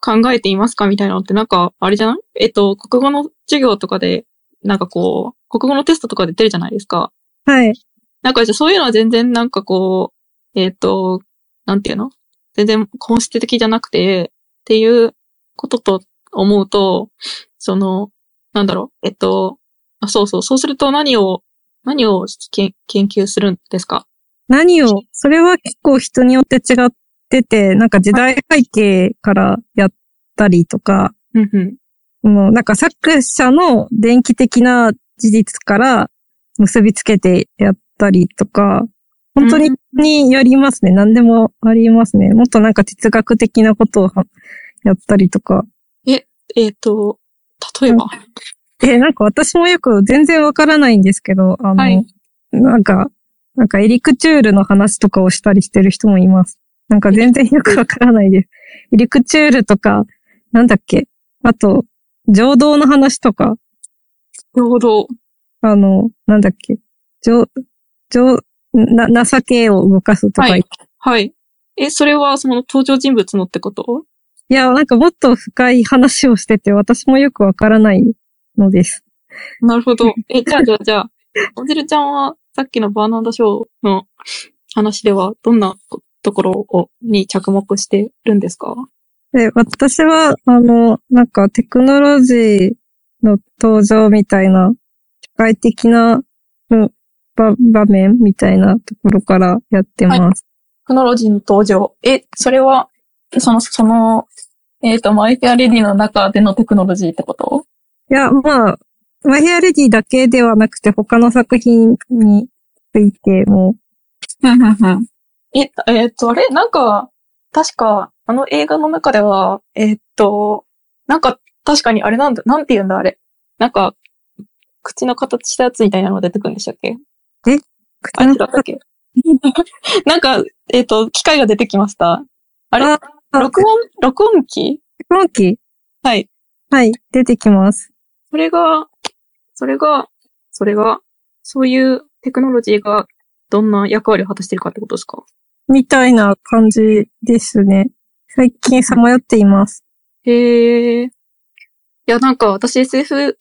[SPEAKER 6] 考えていますかみたいなのって、なんか、あれじゃないえっと、国語の授業とかで、なんかこう、国語のテストとかで出るじゃないですか。
[SPEAKER 7] はい。
[SPEAKER 6] なんか、じゃあそういうのは全然、なんかこう、えっと、なんていうの全然本質的じゃなくて、っていうことと思うと、その、なんだろう、えっと、あそうそう、そうすると何を、何をけん研究するんですか
[SPEAKER 7] 何を、それは結構人によって違ってて、なんか時代背景からやったりとか、
[SPEAKER 6] うんうん。
[SPEAKER 7] そのなんか作者の電気的な事実から結びつけてやったりとか、本当に
[SPEAKER 6] うん
[SPEAKER 7] にやりますね。何でもありますね。もっとなんか哲学的なことをはやったりとか。
[SPEAKER 6] えっ、と、例えば。
[SPEAKER 7] え、なんか私もよく全然わからないんですけど、あの、
[SPEAKER 6] はい
[SPEAKER 7] なんか、なんかエリクチュールの話とかをしたりしてる人もいます。なんか全然よくわからないです。エリクチュールとか、なんだっけ。あと、浄土の話とか、
[SPEAKER 6] 労働。
[SPEAKER 7] あの、なんだっけ、情、情、な、情けを動かすとか、、
[SPEAKER 6] はいい。はい。え、それはその登場人物のってこと
[SPEAKER 7] や、なんかもっと深い話をしてて、私もよくわからないのです。
[SPEAKER 6] なるほ (laughs) ど。え、じゃあじゃあじゃあ、おじるちゃんはさっきのバーナード・ショーの話ではどんなこところをに着目してるんですか
[SPEAKER 7] で、私は、あの、なんかテクノロジーの登場みたいな、社会的な、うん、場場面みたいなところからやってます。
[SPEAKER 6] テクノロジーの登場。え、それは、その、その、えっ、と、マイフェアレディの中でのテクノロジーってこと
[SPEAKER 7] い、や、まあ、マイヘアレディだけではなくて、他の作品についても、
[SPEAKER 6] え、えっ、と、あれなんか、確か、あの映画の中では、えっ、と、なんか、確かにあれなんだ、なんて言うんだ、あれ。なんか、口の形したやつみたいなのが出てくるんでしたっけあ
[SPEAKER 7] 口
[SPEAKER 6] れ
[SPEAKER 7] の
[SPEAKER 6] 違ったっけなんか、えっ、と、機械が出てきました。あれ
[SPEAKER 7] あ
[SPEAKER 6] 録音、録音機
[SPEAKER 7] 音機
[SPEAKER 6] はい。
[SPEAKER 7] はい、出てきます。
[SPEAKER 6] それが、それが、それが、そういうテクノロジーがどんな役割を果たしてるかってことですか
[SPEAKER 7] みたいな感じですね。最近さまよっています。
[SPEAKER 6] へえ。いや、なんか私 SF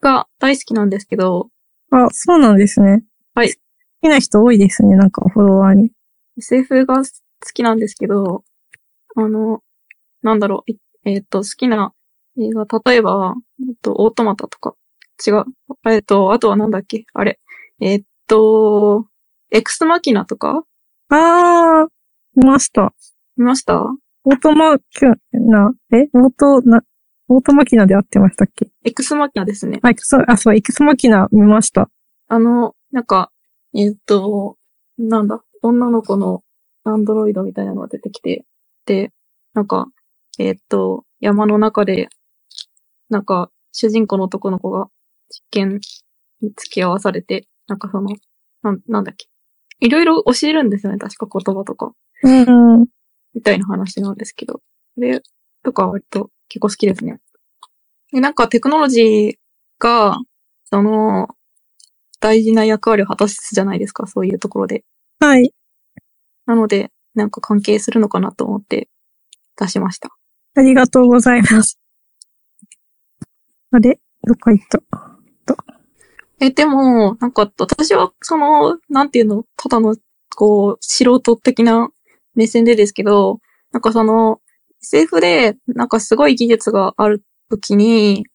[SPEAKER 6] が大好きなんですけど、
[SPEAKER 7] あ、そうなんですね。
[SPEAKER 6] はい
[SPEAKER 7] 好きな人多いですね、なんかフォロワーに。
[SPEAKER 6] SF が好きなんですけど、あの、なんだろう、いえっ、と、好きな映画、例えば、えっと、オートマタとか、違う。えっ、と、あとはなんだっけあれ。えっ、と、エクスマキナとか
[SPEAKER 7] あー、いました。
[SPEAKER 6] 見ました
[SPEAKER 7] オートマキナ、えオート、な、オートマキナで合ってましたっけ
[SPEAKER 6] エクスマキナですね。
[SPEAKER 7] あ、そう、あ、そう、エクスマキナ見ました。
[SPEAKER 6] あの、なんか、えっ、と、なんだ、女の子のアンドロイドみたいなのが出てきて、で、なんか、えっ、と、山の中で、なんか、主人公の男の子が実験に付き合わされて、なんかその、なんなんだっけ。いろいろ教えるんですよね、確か言葉とか、
[SPEAKER 7] うん。
[SPEAKER 6] みたいな話なんですけど。それとかは割と結構好きですね。で、なんかテクノロジーが、その、大事な役割を果たすじゃないですか、そういうところで。
[SPEAKER 7] はい。
[SPEAKER 6] なので、なんか関係するのかなと思って出しました。
[SPEAKER 7] ありがとうございます。あれどっか行った。
[SPEAKER 6] え、でも、なんか私は、その、なんていうの、ただの、こう、素人的な目線でですけど、なんかその、SF で、なんかすごい技術があるときに、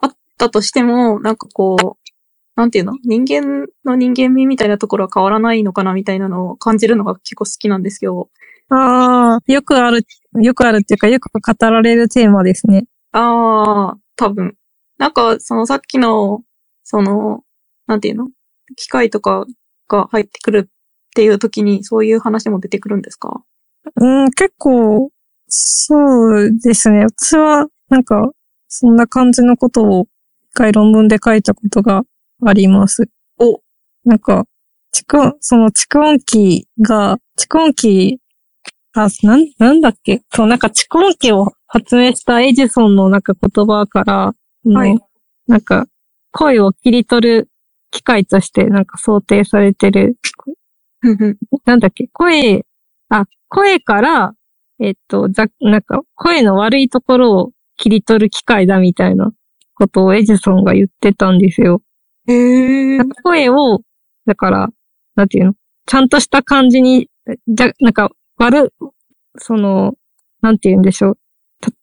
[SPEAKER 6] あったとしても、なんかこう、なんていうの、人間の人間味みたいなところは変わらないのかなみたいなのを感じるのが結構好きなんですよ。
[SPEAKER 7] あー、よくある、よくあるっていうか、よく語られるテーマですね。
[SPEAKER 6] ああ、多分。なんか、そのさっきの、その、なんていうの機械とかが入ってくるっていう時に、そういう話も出てくるんですか
[SPEAKER 7] うん、結構、そうですね。私は、なんか、そんな感じのことを、一回論文で書いたことがあります。
[SPEAKER 6] お
[SPEAKER 7] なんか、蓄音、その蓄音機が、蓄音機、あ、なん、なんだっけそう、なんか蓄音機を発明したエジソンのなんか言葉から、
[SPEAKER 6] はい
[SPEAKER 7] あのなんか、声を切り取る機械として、なんか想定されてる
[SPEAKER 6] ふんふん
[SPEAKER 7] (laughs) なんだっけ、声、あ、声から、えっと、ざ、なんか、声の悪いところを切り取る機械だみたいなことをエジソンが言ってたんですよ。
[SPEAKER 6] へえ。
[SPEAKER 7] 声を、だから、なんていうのちゃんとした感じに、じゃ、なんか、悪、その、なんて言うんでしょう。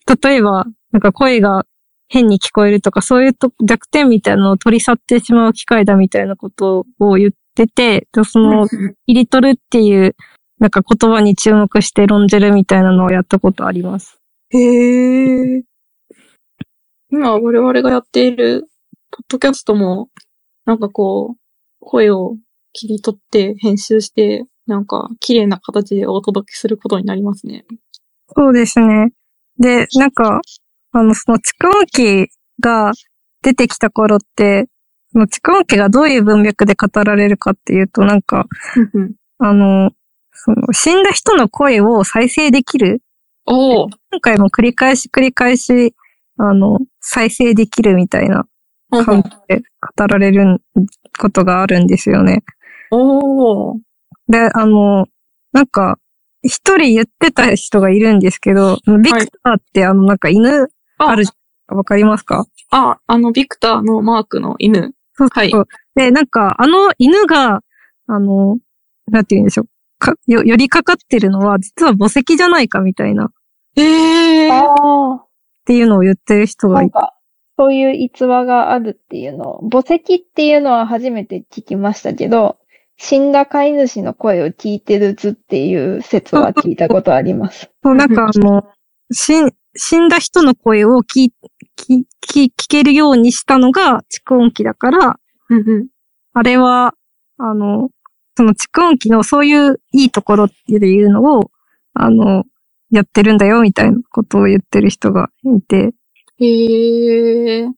[SPEAKER 7] た、例えば、なんか声が変に聞こえるとか、そういうと弱点みたいなのを取り去ってしまう機械だみたいなことを言ってて、でその、入り取るっていう、なんか言葉に注目して論じるみたいなのをやったことあります。
[SPEAKER 6] へえ。 (laughs) 今我々がやっているポッドキャストも、なんかこう、声を切り取って編集して、なんか綺麗な形でお届けすることになります (laughs) ね。
[SPEAKER 7] そうですね。で、なんか、あの、その蓄音機が出てきた頃って、その蓄音機がどういう文脈で語られるかっていうと、なんか、あの、その死んだ人の声を再生できる
[SPEAKER 6] おお
[SPEAKER 7] 今回も繰り返し繰り返し、あの、再生できるみたいな感じで語られることがあるんですよね。
[SPEAKER 6] おお
[SPEAKER 7] で、あの、なんか、一人言ってた人がいるんですけど、ビクターってあの、なんか犬
[SPEAKER 6] あ
[SPEAKER 7] あるじゃんわかりますか
[SPEAKER 6] あ、あの、ビクターのマークの犬。
[SPEAKER 7] そう
[SPEAKER 6] はい
[SPEAKER 7] そうで、なんか、あの犬が、あの、なんて言うんでしょう。か、よ、寄りかかってるのは、実は墓石じゃないかみたいな、っ
[SPEAKER 6] へえ。
[SPEAKER 5] あ
[SPEAKER 7] ていうのを言ってる人
[SPEAKER 5] あ、な
[SPEAKER 7] が
[SPEAKER 5] ん
[SPEAKER 7] い
[SPEAKER 5] か、そういう逸話があるっていうのを、墓石っていうのは初めて聞きましたけど、死んだ飼い主の声を聞いてる図っていう説は聞いたことあります。
[SPEAKER 7] そう、なんかあの、死ん、死んだ人の声を聞い、聞、聞、聞けるようにしたのが蓄音機だから、
[SPEAKER 6] うんうん
[SPEAKER 7] あれは、あの、その蓄音機のそういういいところっていうのを、あの、やってるんだよみたいなことを言ってる人がいて、
[SPEAKER 6] へえ。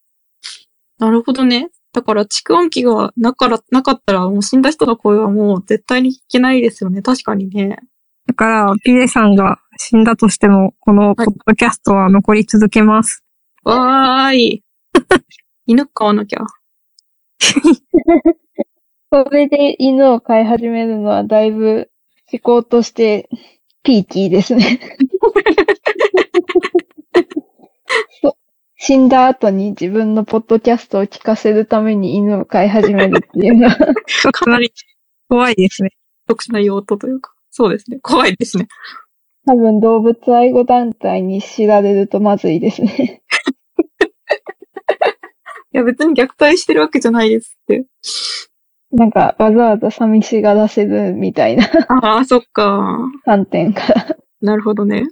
[SPEAKER 6] なるほどね。だから、蓄音機がなから、なかったら、もう死んだ人の声はもう絶対に聞けないですよね。確かにね。
[SPEAKER 7] だから、ピレさんが死んだとしても、このポッドキャストは残り続けます。
[SPEAKER 6] わーい。 (laughs) 犬飼わなきゃ。
[SPEAKER 5] それで犬を飼い始めるのはだいぶ思考としてピーキーですね。そう死んだ後に自分のポッドキャストを聞かせるために犬を飼い始めるっていうのは、 (laughs)
[SPEAKER 7] ちょっと
[SPEAKER 6] かなり
[SPEAKER 7] 怖いですね。
[SPEAKER 6] 特殊な用途というか。そうですね。怖いですね。
[SPEAKER 5] 多分動物愛護団体に知られるとまずいですね。
[SPEAKER 6] いや、別に虐待してるわけじゃないですって。
[SPEAKER 5] なんかわざわざ寂しがらせるみたいな
[SPEAKER 6] ああ、そっか。
[SPEAKER 5] 観点から。
[SPEAKER 6] なるほどね。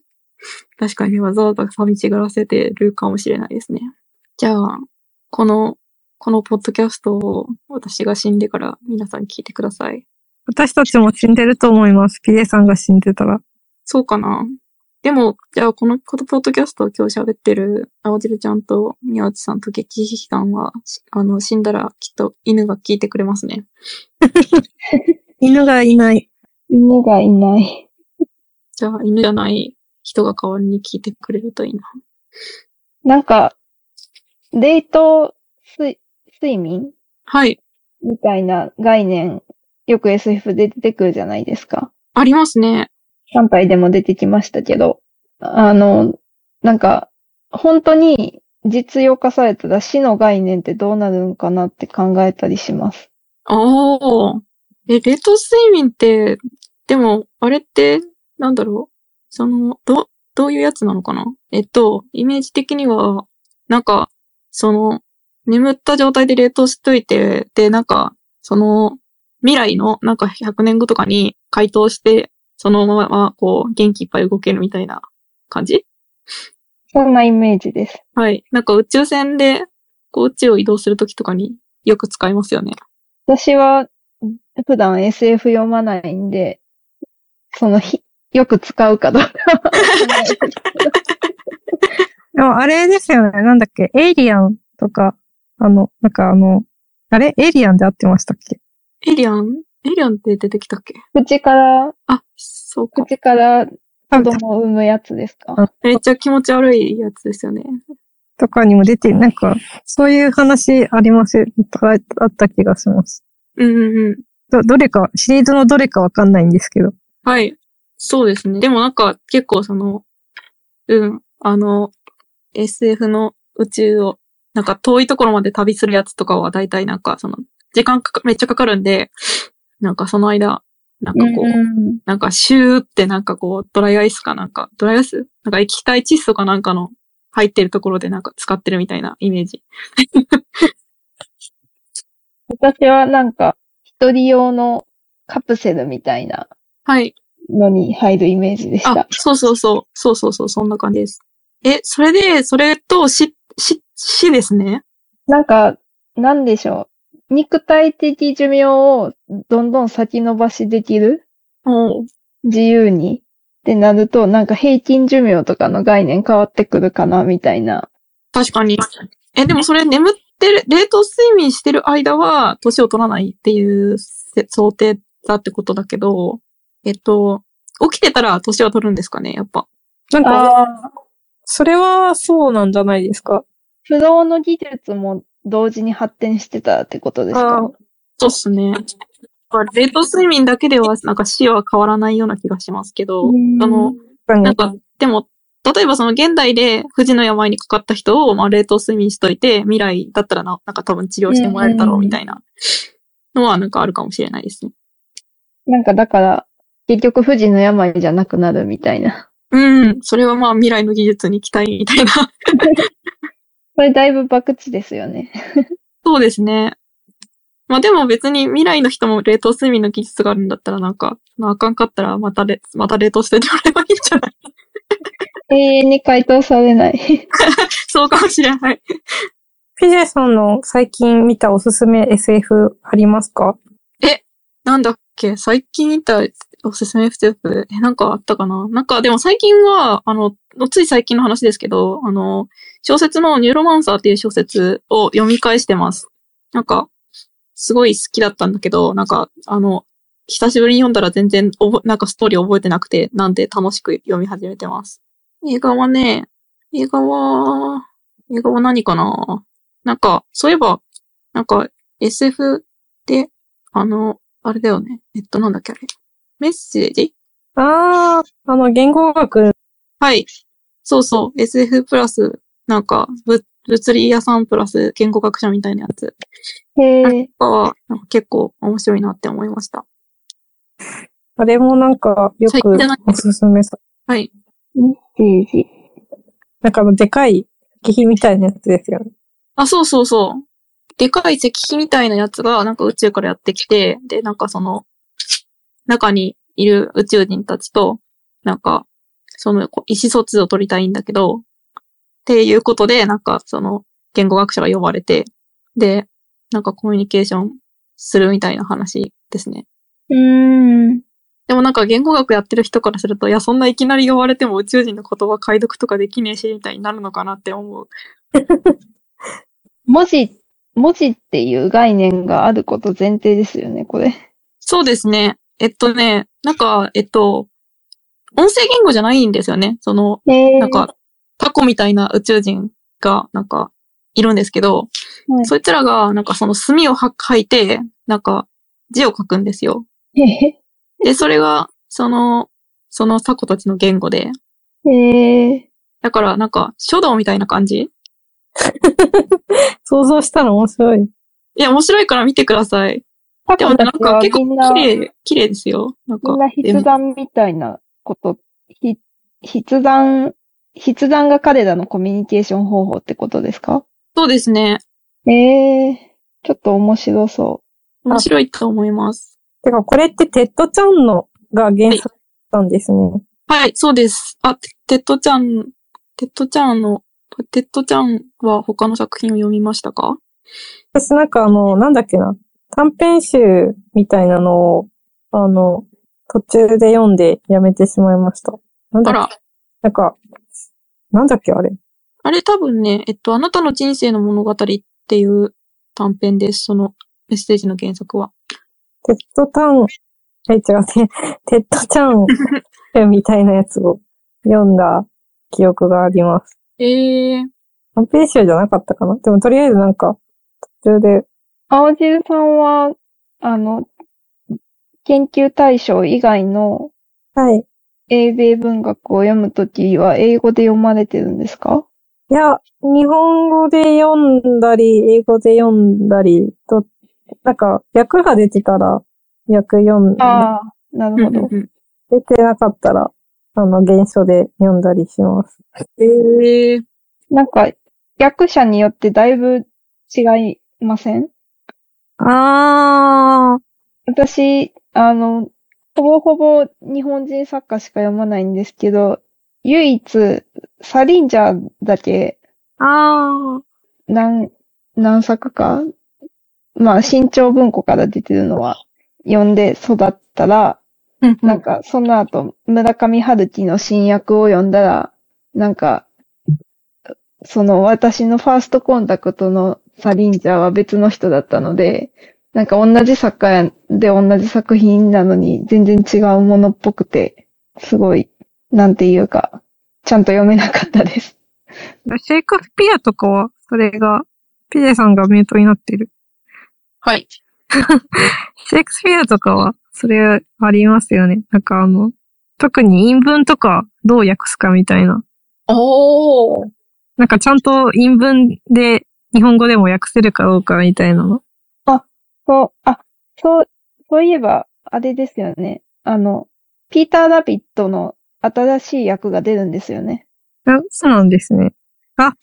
[SPEAKER 6] 確かにわざわざ寂しがらせてるかもしれないですね。じゃあ、この、このポッドキャストを私が死んでから皆さん聞いてください。
[SPEAKER 7] 私たちも死んでると思います。ピレさんが死んでたら。
[SPEAKER 6] そうかな。でも、じゃあこのこのポッドキャストを今日喋ってる青汁ちゃんと宮内さんと激悲さんは、しあの、死んだらきっと犬が聞いてくれますね。
[SPEAKER 7] 犬がいない。
[SPEAKER 5] 犬がいない。
[SPEAKER 6] じゃあ犬じゃない人が代わりに聞いてくれるといいな。
[SPEAKER 5] なんか、冷凍睡睡眠
[SPEAKER 6] はい。
[SPEAKER 5] みたいな概念、よく SF で出てくるじゃないですか。
[SPEAKER 6] ありますね。
[SPEAKER 5] 3体でも出てきましたけど、あの、なんか、本当に実用化されたら死の概念ってどうなるんかなって考えたりします。
[SPEAKER 6] おー。え、冷凍睡眠って、でも、あれって、なんだろうその、ど、どういうやつなのかなえっと、イメージ的には、なんか、その、眠った状態で冷凍しといて、で、なんか、その、未来の、なんか100年後とかに解凍して、そのまま、こう、元気いっぱい動けるみたいな感じ
[SPEAKER 5] そんなイメージです。
[SPEAKER 6] はい。なんか宇宙船で、こう、宇宙を移動するときとかによく使いますよね。
[SPEAKER 5] 私は普段 SF 読まないんで、その日、よく使うか
[SPEAKER 6] (laughs)
[SPEAKER 5] どうかはわかんないですけど。
[SPEAKER 7] でもあれですよね。なんだっけエイリアンとか、あの、なんかあの、あれエイリアンで会ってましたっけ
[SPEAKER 6] エイリアンエイリアンって出てきたっけ
[SPEAKER 5] 口から、
[SPEAKER 6] あ、そうか。
[SPEAKER 5] 口から子供を産むやつですか
[SPEAKER 6] めっちゃ気持ち悪いやつですよね。
[SPEAKER 7] とかにも出て、なんか、そういう話ありますああった気がします。
[SPEAKER 6] うんうんうん。
[SPEAKER 7] ど、どれか、シリーズのどれかわかんないんですけど。
[SPEAKER 6] はい。そうですね。でもなんか結構その、うん、あの、SF の宇宙を、なんか遠いところまで旅するやつとかは大体なんかその、時間かかめっちゃかかるんで、なんかその間、なんかこう、
[SPEAKER 5] うん
[SPEAKER 6] なんかシューってなんかこう、ドライアイスかなんか、ドライアイスなんか液体窒素かなんかの入ってるところでなんか使ってるみたいなイメージ。
[SPEAKER 5] 私はなんか、一人用のカプセルみたいな
[SPEAKER 6] はい。
[SPEAKER 5] のに入るイメージでし
[SPEAKER 6] あ
[SPEAKER 5] た、。
[SPEAKER 6] そうそうそう。そうそうそう。そんな感じです。え、それで、それと、し、し、死ですね。
[SPEAKER 5] なんか、なんでしょう。肉体的寿命をどんどん先延ばしできる
[SPEAKER 6] おう
[SPEAKER 5] 自由にってなると、なんか平均寿命とかの概念変わってくるかなみたいな。
[SPEAKER 6] 確かに。え、でもそれ眠ってる、冷凍睡眠してる間は、年を取らないっていうせ想定だってことだけど、えっと、起きてたら年は取るんですかね、やっぱ。
[SPEAKER 7] なんか、
[SPEAKER 5] ああ。
[SPEAKER 7] それはそうなんじゃないですか。
[SPEAKER 5] 不動の技術も同時に発展してたってことです
[SPEAKER 7] あ
[SPEAKER 5] か
[SPEAKER 6] そうっすね。まあ冷凍睡眠だけでは、なんか死は変わらないような気がしますけど、あの、
[SPEAKER 7] な
[SPEAKER 6] なんか、でも、例えばその現代で不治の病にかかった人を、まあ、冷凍睡眠しといて、未来だったらな、なんか多分治療してもらえるだろうみたいなのはなんかあるかもしれないですね。
[SPEAKER 5] なんかだから、結局富士の病じゃなくなるみたいな。
[SPEAKER 6] うん、それはまあ未来の技術に期待みたいな。 (laughs)
[SPEAKER 5] これだいぶ博打ですよね。
[SPEAKER 6] そうですね。まあでも別に未来の人も冷凍睡眠の技術があるんだったらなんか、まああかんかったらまたれ、また冷凍しててもらえばいいんじゃない (laughs)
[SPEAKER 5] 永遠に回答されない。
[SPEAKER 6] そうかもしれない。
[SPEAKER 7] フィジェさんの最近見たおすすめ SF ありますか
[SPEAKER 6] なんだっけ、最近見たおすすめ FTF、え、なんかあったかななんか、でも最近は、あの、つい最近の話ですけど、あの、小説のニューロマンサーっていう小説を読み返してます。なんか、すごい好きだったんだけど、なんか、あの、久しぶりに読んだら全然おぼ、なんかストーリー覚えてなくて、なんで楽しく読み始めてます。映画はね、映画は、映画は何かななんか、そういえば、なんか SF で、あの、あれだよね。えっと、なんだっけあれ。メッセージ
[SPEAKER 7] ああ、あの、言語学。
[SPEAKER 6] はい。そうそう。SF プラス、なんか、ぶ物理屋さんプラス言語学者みたいなやつ
[SPEAKER 5] へえ。
[SPEAKER 6] とかは、なんか結構面白いなって思いました。
[SPEAKER 7] あれもなんか、よ
[SPEAKER 6] 最
[SPEAKER 7] く
[SPEAKER 6] 近じゃない
[SPEAKER 7] おすすめさ。
[SPEAKER 6] はい。
[SPEAKER 5] メッセージ。
[SPEAKER 7] なんかあの、でかい石碑みたいなやつですよね。
[SPEAKER 6] あ、そうそうそう。でかい石碑みたいなやつが、なんか宇宙からやってきて、で、なんかその、中にいる宇宙人たちと、なんか、そのこう意思疎通を取りたいんだけど、っていうことで、なんかその、言語学者が呼ばれて、で、なんかコミュニケーションするみたいな話ですね。
[SPEAKER 5] うーん。
[SPEAKER 6] でもなんか言語学やってる人からすると、いや、そんないきなり呼ばれても宇宙人の言葉解読とかできねえし、みたいになるのかなって思う。
[SPEAKER 5] 文字、文字っていう概念があること前提ですよね、これ。
[SPEAKER 6] そうですね。えっとね、なんか、えっと、音声言語じゃないんですよね。その、
[SPEAKER 5] へえ
[SPEAKER 6] なん、か、タコみたいな宇宙人が、なんか、いるんですけど、
[SPEAKER 5] はい
[SPEAKER 6] そいつらが、なんかその墨をは吐いて、なんか、字を書くんですよ。
[SPEAKER 5] へえ。
[SPEAKER 6] で、それが、その、そのタコたちの言語で、
[SPEAKER 5] へえ。
[SPEAKER 6] だから、なんか、書道みたいな感じ
[SPEAKER 7] 想像したら面白い。
[SPEAKER 6] いや、面白いから見てください。
[SPEAKER 5] タ
[SPEAKER 6] でも
[SPEAKER 5] コ
[SPEAKER 6] なん
[SPEAKER 5] たちは
[SPEAKER 6] か結
[SPEAKER 5] みん
[SPEAKER 6] 構
[SPEAKER 5] な、
[SPEAKER 6] 綺麗、綺麗ですよ。なんか。
[SPEAKER 5] みんな
[SPEAKER 6] でも
[SPEAKER 5] 筆談みたいなこと、ひ、筆談、筆談が彼らのコミュニケーション方法ってことですか
[SPEAKER 6] そうですね。
[SPEAKER 5] ええちょっと面白そ
[SPEAKER 6] 面白いと思います。
[SPEAKER 7] てか、これってテッドちゃんのが原作だったんですね。
[SPEAKER 6] はい、そうです。あ、テテッドちゃん、テッドちゃんの、テッドちゃんは他の作品を読みましたか
[SPEAKER 7] 私なんかあの、なんだっけな、短編集みたいなのを、あの、途中で読んでやめてしまいました。なんだ
[SPEAKER 6] あ
[SPEAKER 7] っけ
[SPEAKER 6] ら、
[SPEAKER 7] なんか、なんだっけあれ。
[SPEAKER 6] あれ多分ね、えっと、あなたの人生の物語っていう短編です。そのメッセージの原作は。
[SPEAKER 7] テッドタウン、え、違う、テテッドちゃんみたいなやつを読んだ記憶があります。
[SPEAKER 6] ええ
[SPEAKER 7] 短編集じゃなかったかなでもとりあえずなんか、途中で、
[SPEAKER 5] う。青汁さんは、あの、研究対象以外の
[SPEAKER 7] はい。
[SPEAKER 5] 英米文学を読むときは英語で読まれてるんですか
[SPEAKER 7] いや、日本語で読んだり、英語で読んだりと、なんか、訳が出てたら、訳読んで、
[SPEAKER 5] ああ、なるほど。
[SPEAKER 7] 出てなかったら、あの、原書で読んだりします。
[SPEAKER 6] ええ
[SPEAKER 5] なんか、役者によってだいぶ違いません
[SPEAKER 7] あー、
[SPEAKER 5] 私、あの、ほぼほぼ日本人作家しか読まないんですけど、唯一、サリンジャーだけ
[SPEAKER 7] ああ、
[SPEAKER 5] 何、何作かまあ、新潮文庫から出てるのは読んで育ったら、
[SPEAKER 6] うん
[SPEAKER 5] なんか、その後、村上春樹の新訳を読んだら、なんか、その私のファーストコンタクトのサリンジャーは別の人だったので、なんか同じ作家で同じ作品なのに全然違うものっぽくて、すごい、なんていうか、ちゃんと読めなかったです。
[SPEAKER 7] シェイクスピアとかは、それが、ピデさんがミュートになってる。
[SPEAKER 6] はい。
[SPEAKER 7] (laughs) シェイクスピアとかは、それありますよね。なんかあの、特に陰文とかどう訳すかみたいな。
[SPEAKER 6] おー。
[SPEAKER 7] なんかちゃんと陰文で日本語でも訳せるかどうかみたいなの。
[SPEAKER 5] そう、あ、そう、そういえば、あれですよね。あの、ピーター・ラビットの新しい役が出るんですよね。
[SPEAKER 7] あそうなんですね。あ、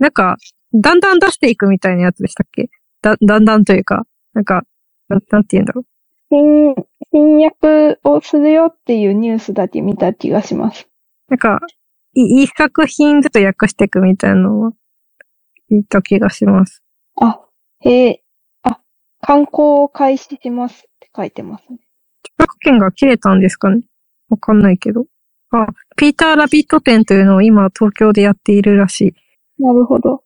[SPEAKER 7] なんか、だんだん出していくみたいなやつでしたっけだ、だんだんというか、なんか、なんなんて言うんだろう。
[SPEAKER 5] 新、新役をするよっていうニュースだけ見た気がします。
[SPEAKER 7] なんか、いいい作品ずっと訳していくみたいなのは、聞いた気がします。
[SPEAKER 5] あ、へえ、あ、観光を開始しますって書いてますね。
[SPEAKER 7] 著作権が切れたんですかねわかんないけど。あ、ピーター・ラビット展というのを今東京でやっているらし
[SPEAKER 5] なるほど。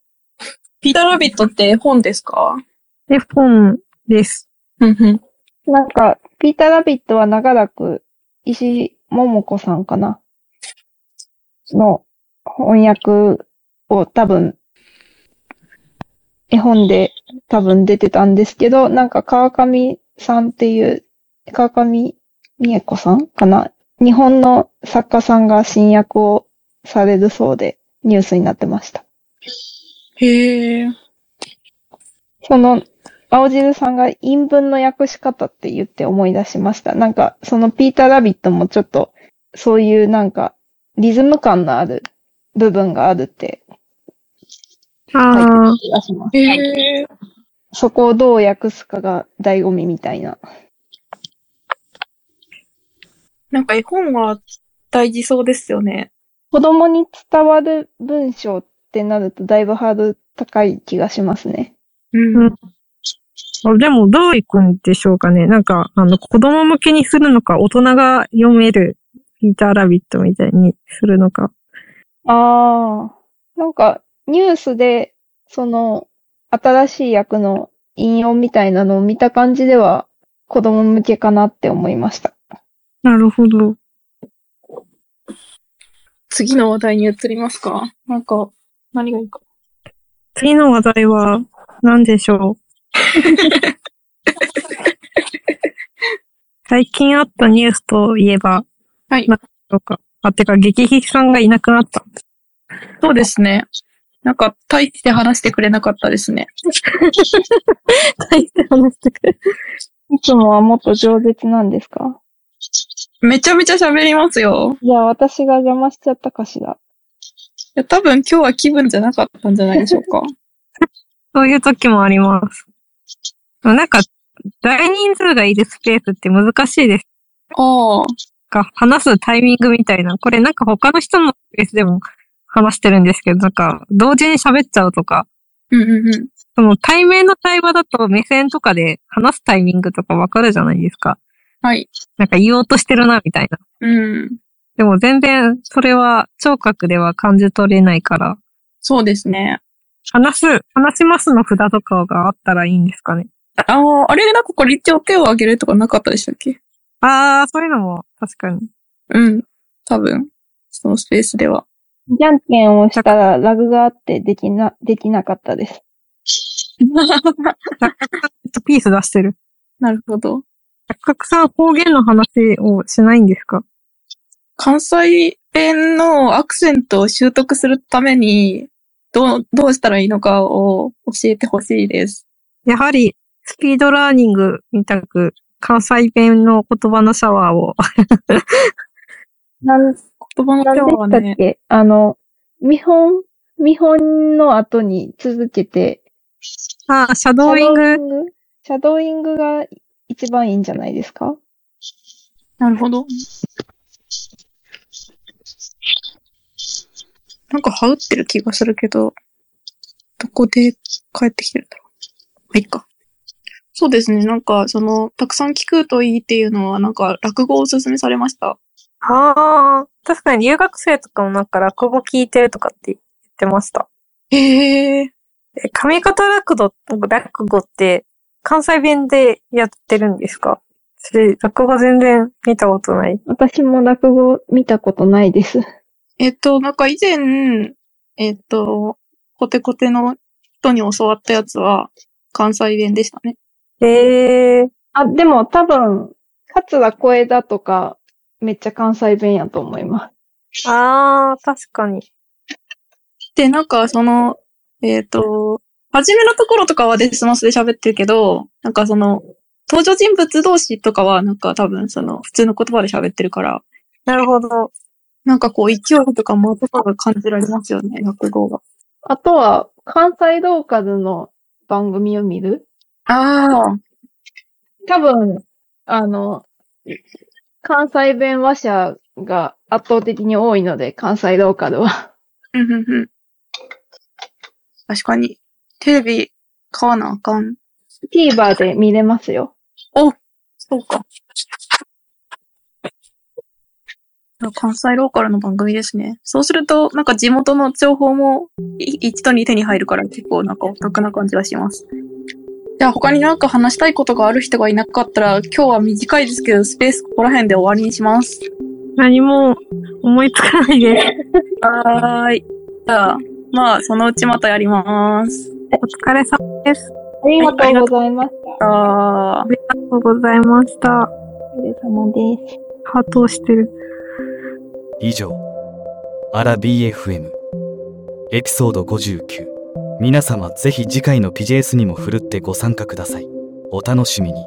[SPEAKER 6] ピーターラビットって絵本ですか
[SPEAKER 7] い。で、本です。
[SPEAKER 6] うんうん。
[SPEAKER 5] なんか、ピーター・ラビットは長らく石桃子さんかなの翻訳を多分、絵本で多分出てたんですけど、なんか川上さんっていう、川上美恵子さんかな日本の作家さんが新訳をされるそうでニュースになってました。
[SPEAKER 6] へえ。
[SPEAKER 5] その、青汁さんが陰文の訳し方って言って思い出しました。なんか、そのピーター・ラビットもちょっと、そういうなんか、リズム感のある部分があるって書いて
[SPEAKER 7] あ
[SPEAKER 5] る気がします。
[SPEAKER 6] へえ。
[SPEAKER 5] そこをどう訳すかが醍醐味みたいな。
[SPEAKER 6] なんか絵本は大事そうですよね。
[SPEAKER 5] 子供に伝わる文章ってなるとだいぶハードル高い気がしますね。
[SPEAKER 6] うん
[SPEAKER 7] うんあ、でもどういくんでしょうかね。なんか、あの、子供向けにするのか、大人が読めるピーター・ラビットみたいにするのか。
[SPEAKER 5] ああ、なんかニュースで、その、新しい役の引用みたいなのを見た感じでは、子供向けかなって思いました。
[SPEAKER 7] なるほど。
[SPEAKER 6] 次の話題に移りますかなんか、何がいいか。
[SPEAKER 7] 次の話題は何でし
[SPEAKER 6] (laughs)
[SPEAKER 7] ょう最近あったニュースといえば、
[SPEAKER 6] はい
[SPEAKER 7] なんでしょうか。あ、てか、激筆さんがいなくなった。
[SPEAKER 6] そうですね。なんか、大して話してくれなかったですね。
[SPEAKER 7] 大して話してくれる。
[SPEAKER 5] いつもはもっと饒舌なんですか
[SPEAKER 6] めちゃめちゃ喋りますよ。
[SPEAKER 5] じゃあ私が邪魔しちゃったかしら。
[SPEAKER 6] いや、多分今日は気分じゃなかったんじゃないでしょうか。
[SPEAKER 7] そういう時もあります。なんか、大人数がいるスペースって難しいです
[SPEAKER 6] ああ。
[SPEAKER 7] か。話すタイミングみたいな。これなんか他の人のスペースでも話してるんですけど、なんか、同時に喋っちゃうとか、
[SPEAKER 6] うんうんうん。
[SPEAKER 7] その対面の対話だと目線とかで話すタイミングとかわかるじゃないですか。
[SPEAKER 6] はい。
[SPEAKER 7] なんか言おうとしてるなみたいな。
[SPEAKER 6] うん。
[SPEAKER 7] でも全然それは聴覚では感じ取れないから、
[SPEAKER 6] そうですね。
[SPEAKER 7] 話す、話しますの札とかがあったらいいんですかね。
[SPEAKER 6] ああ、あれなんかこれ一応手を挙げるとかなかったでしたっけ
[SPEAKER 7] あー、そういうのも確かに。
[SPEAKER 6] うん。多分、そのスペースでは。 (laughs)
[SPEAKER 5] じゃんけんをしたらラグがあってできな、できなかったです。
[SPEAKER 7] ちょっとピース出してる。
[SPEAKER 6] なるほど。
[SPEAKER 7] 百角さん方言の話をしないんですか
[SPEAKER 6] 関西弁のアクセントを習得するために、どう、どうしたらいいのかを教えてほしいです。
[SPEAKER 7] やはりスピードラーニングみたく関西弁の言葉のシャワーを。 (laughs)
[SPEAKER 5] なん、
[SPEAKER 6] 言葉の
[SPEAKER 5] なん
[SPEAKER 6] 手
[SPEAKER 5] で
[SPEAKER 6] は
[SPEAKER 5] したっ
[SPEAKER 6] ね、
[SPEAKER 5] けあの、見本、見本の後に続けて、
[SPEAKER 7] あー、シャドーイング。
[SPEAKER 5] シャドーイングが一番いいんじゃないですか
[SPEAKER 6] なるほど。なんか、羽打ってる気がするけど、どこで帰ってきてるんだろう。まあ、いいか。そうですね。なんか、その、たくさん聞くといいっていうのは、なんか、落語をおすすめされました。
[SPEAKER 7] ああ、確かに留学生とかもなんか落語聞いてるとかって言ってました。
[SPEAKER 6] へえ。
[SPEAKER 7] え、上方落語、落語って関西弁でやってるんですかそれ、落語全然見たことない。
[SPEAKER 5] 私も落語見たことないです。
[SPEAKER 6] えっと、なんか以前、えっと、コテコテの人に教わったやつは、関西弁でしたね。
[SPEAKER 7] ええー、
[SPEAKER 5] あ、でも多分、桂小枝とか、めっちゃ関西弁やと思います。
[SPEAKER 7] ああ、確かに。
[SPEAKER 6] で、なんか、その、えっ、と、初めのところとかはデスマスで喋ってるけど、なんかその、登場人物同士とかは、なんか多分その、普通の言葉で喋ってるから、
[SPEAKER 7] なるほど。
[SPEAKER 6] なんかこう、勢いとか間とかが感じられますよね、落語が。
[SPEAKER 5] あとは、関西ローカルの番組を見る
[SPEAKER 6] ああ。
[SPEAKER 5] 多分、あの、関西弁話者が圧倒的に多いので、関西ローカルは。
[SPEAKER 6] うんうんうん。確かに。テレビ買わなあかん。
[SPEAKER 5] TVer で見れますよ。
[SPEAKER 6] そうか。関西ローカルの番組ですね。そうすると、なんか地元の情報もい一度に手に入るから結構なんかお得な感じがします。じゃあ他になんか話したいことがある人がいなかったら、今日は短いですけど、スペースここら辺で終わりにします。
[SPEAKER 7] 何も思いつかないです。
[SPEAKER 6] (laughs) はーい。じゃあ、まあ、そのうちまたやります。
[SPEAKER 7] お疲れ様です。
[SPEAKER 5] ありがとうございます。
[SPEAKER 6] あー
[SPEAKER 7] ありがとうございました。
[SPEAKER 5] お疲れ様です。
[SPEAKER 7] ハートをしてる。
[SPEAKER 8] 以上アラ BFM エピソード59皆様ぜひ次回の PJS にもふるってご参加くださいお楽しみに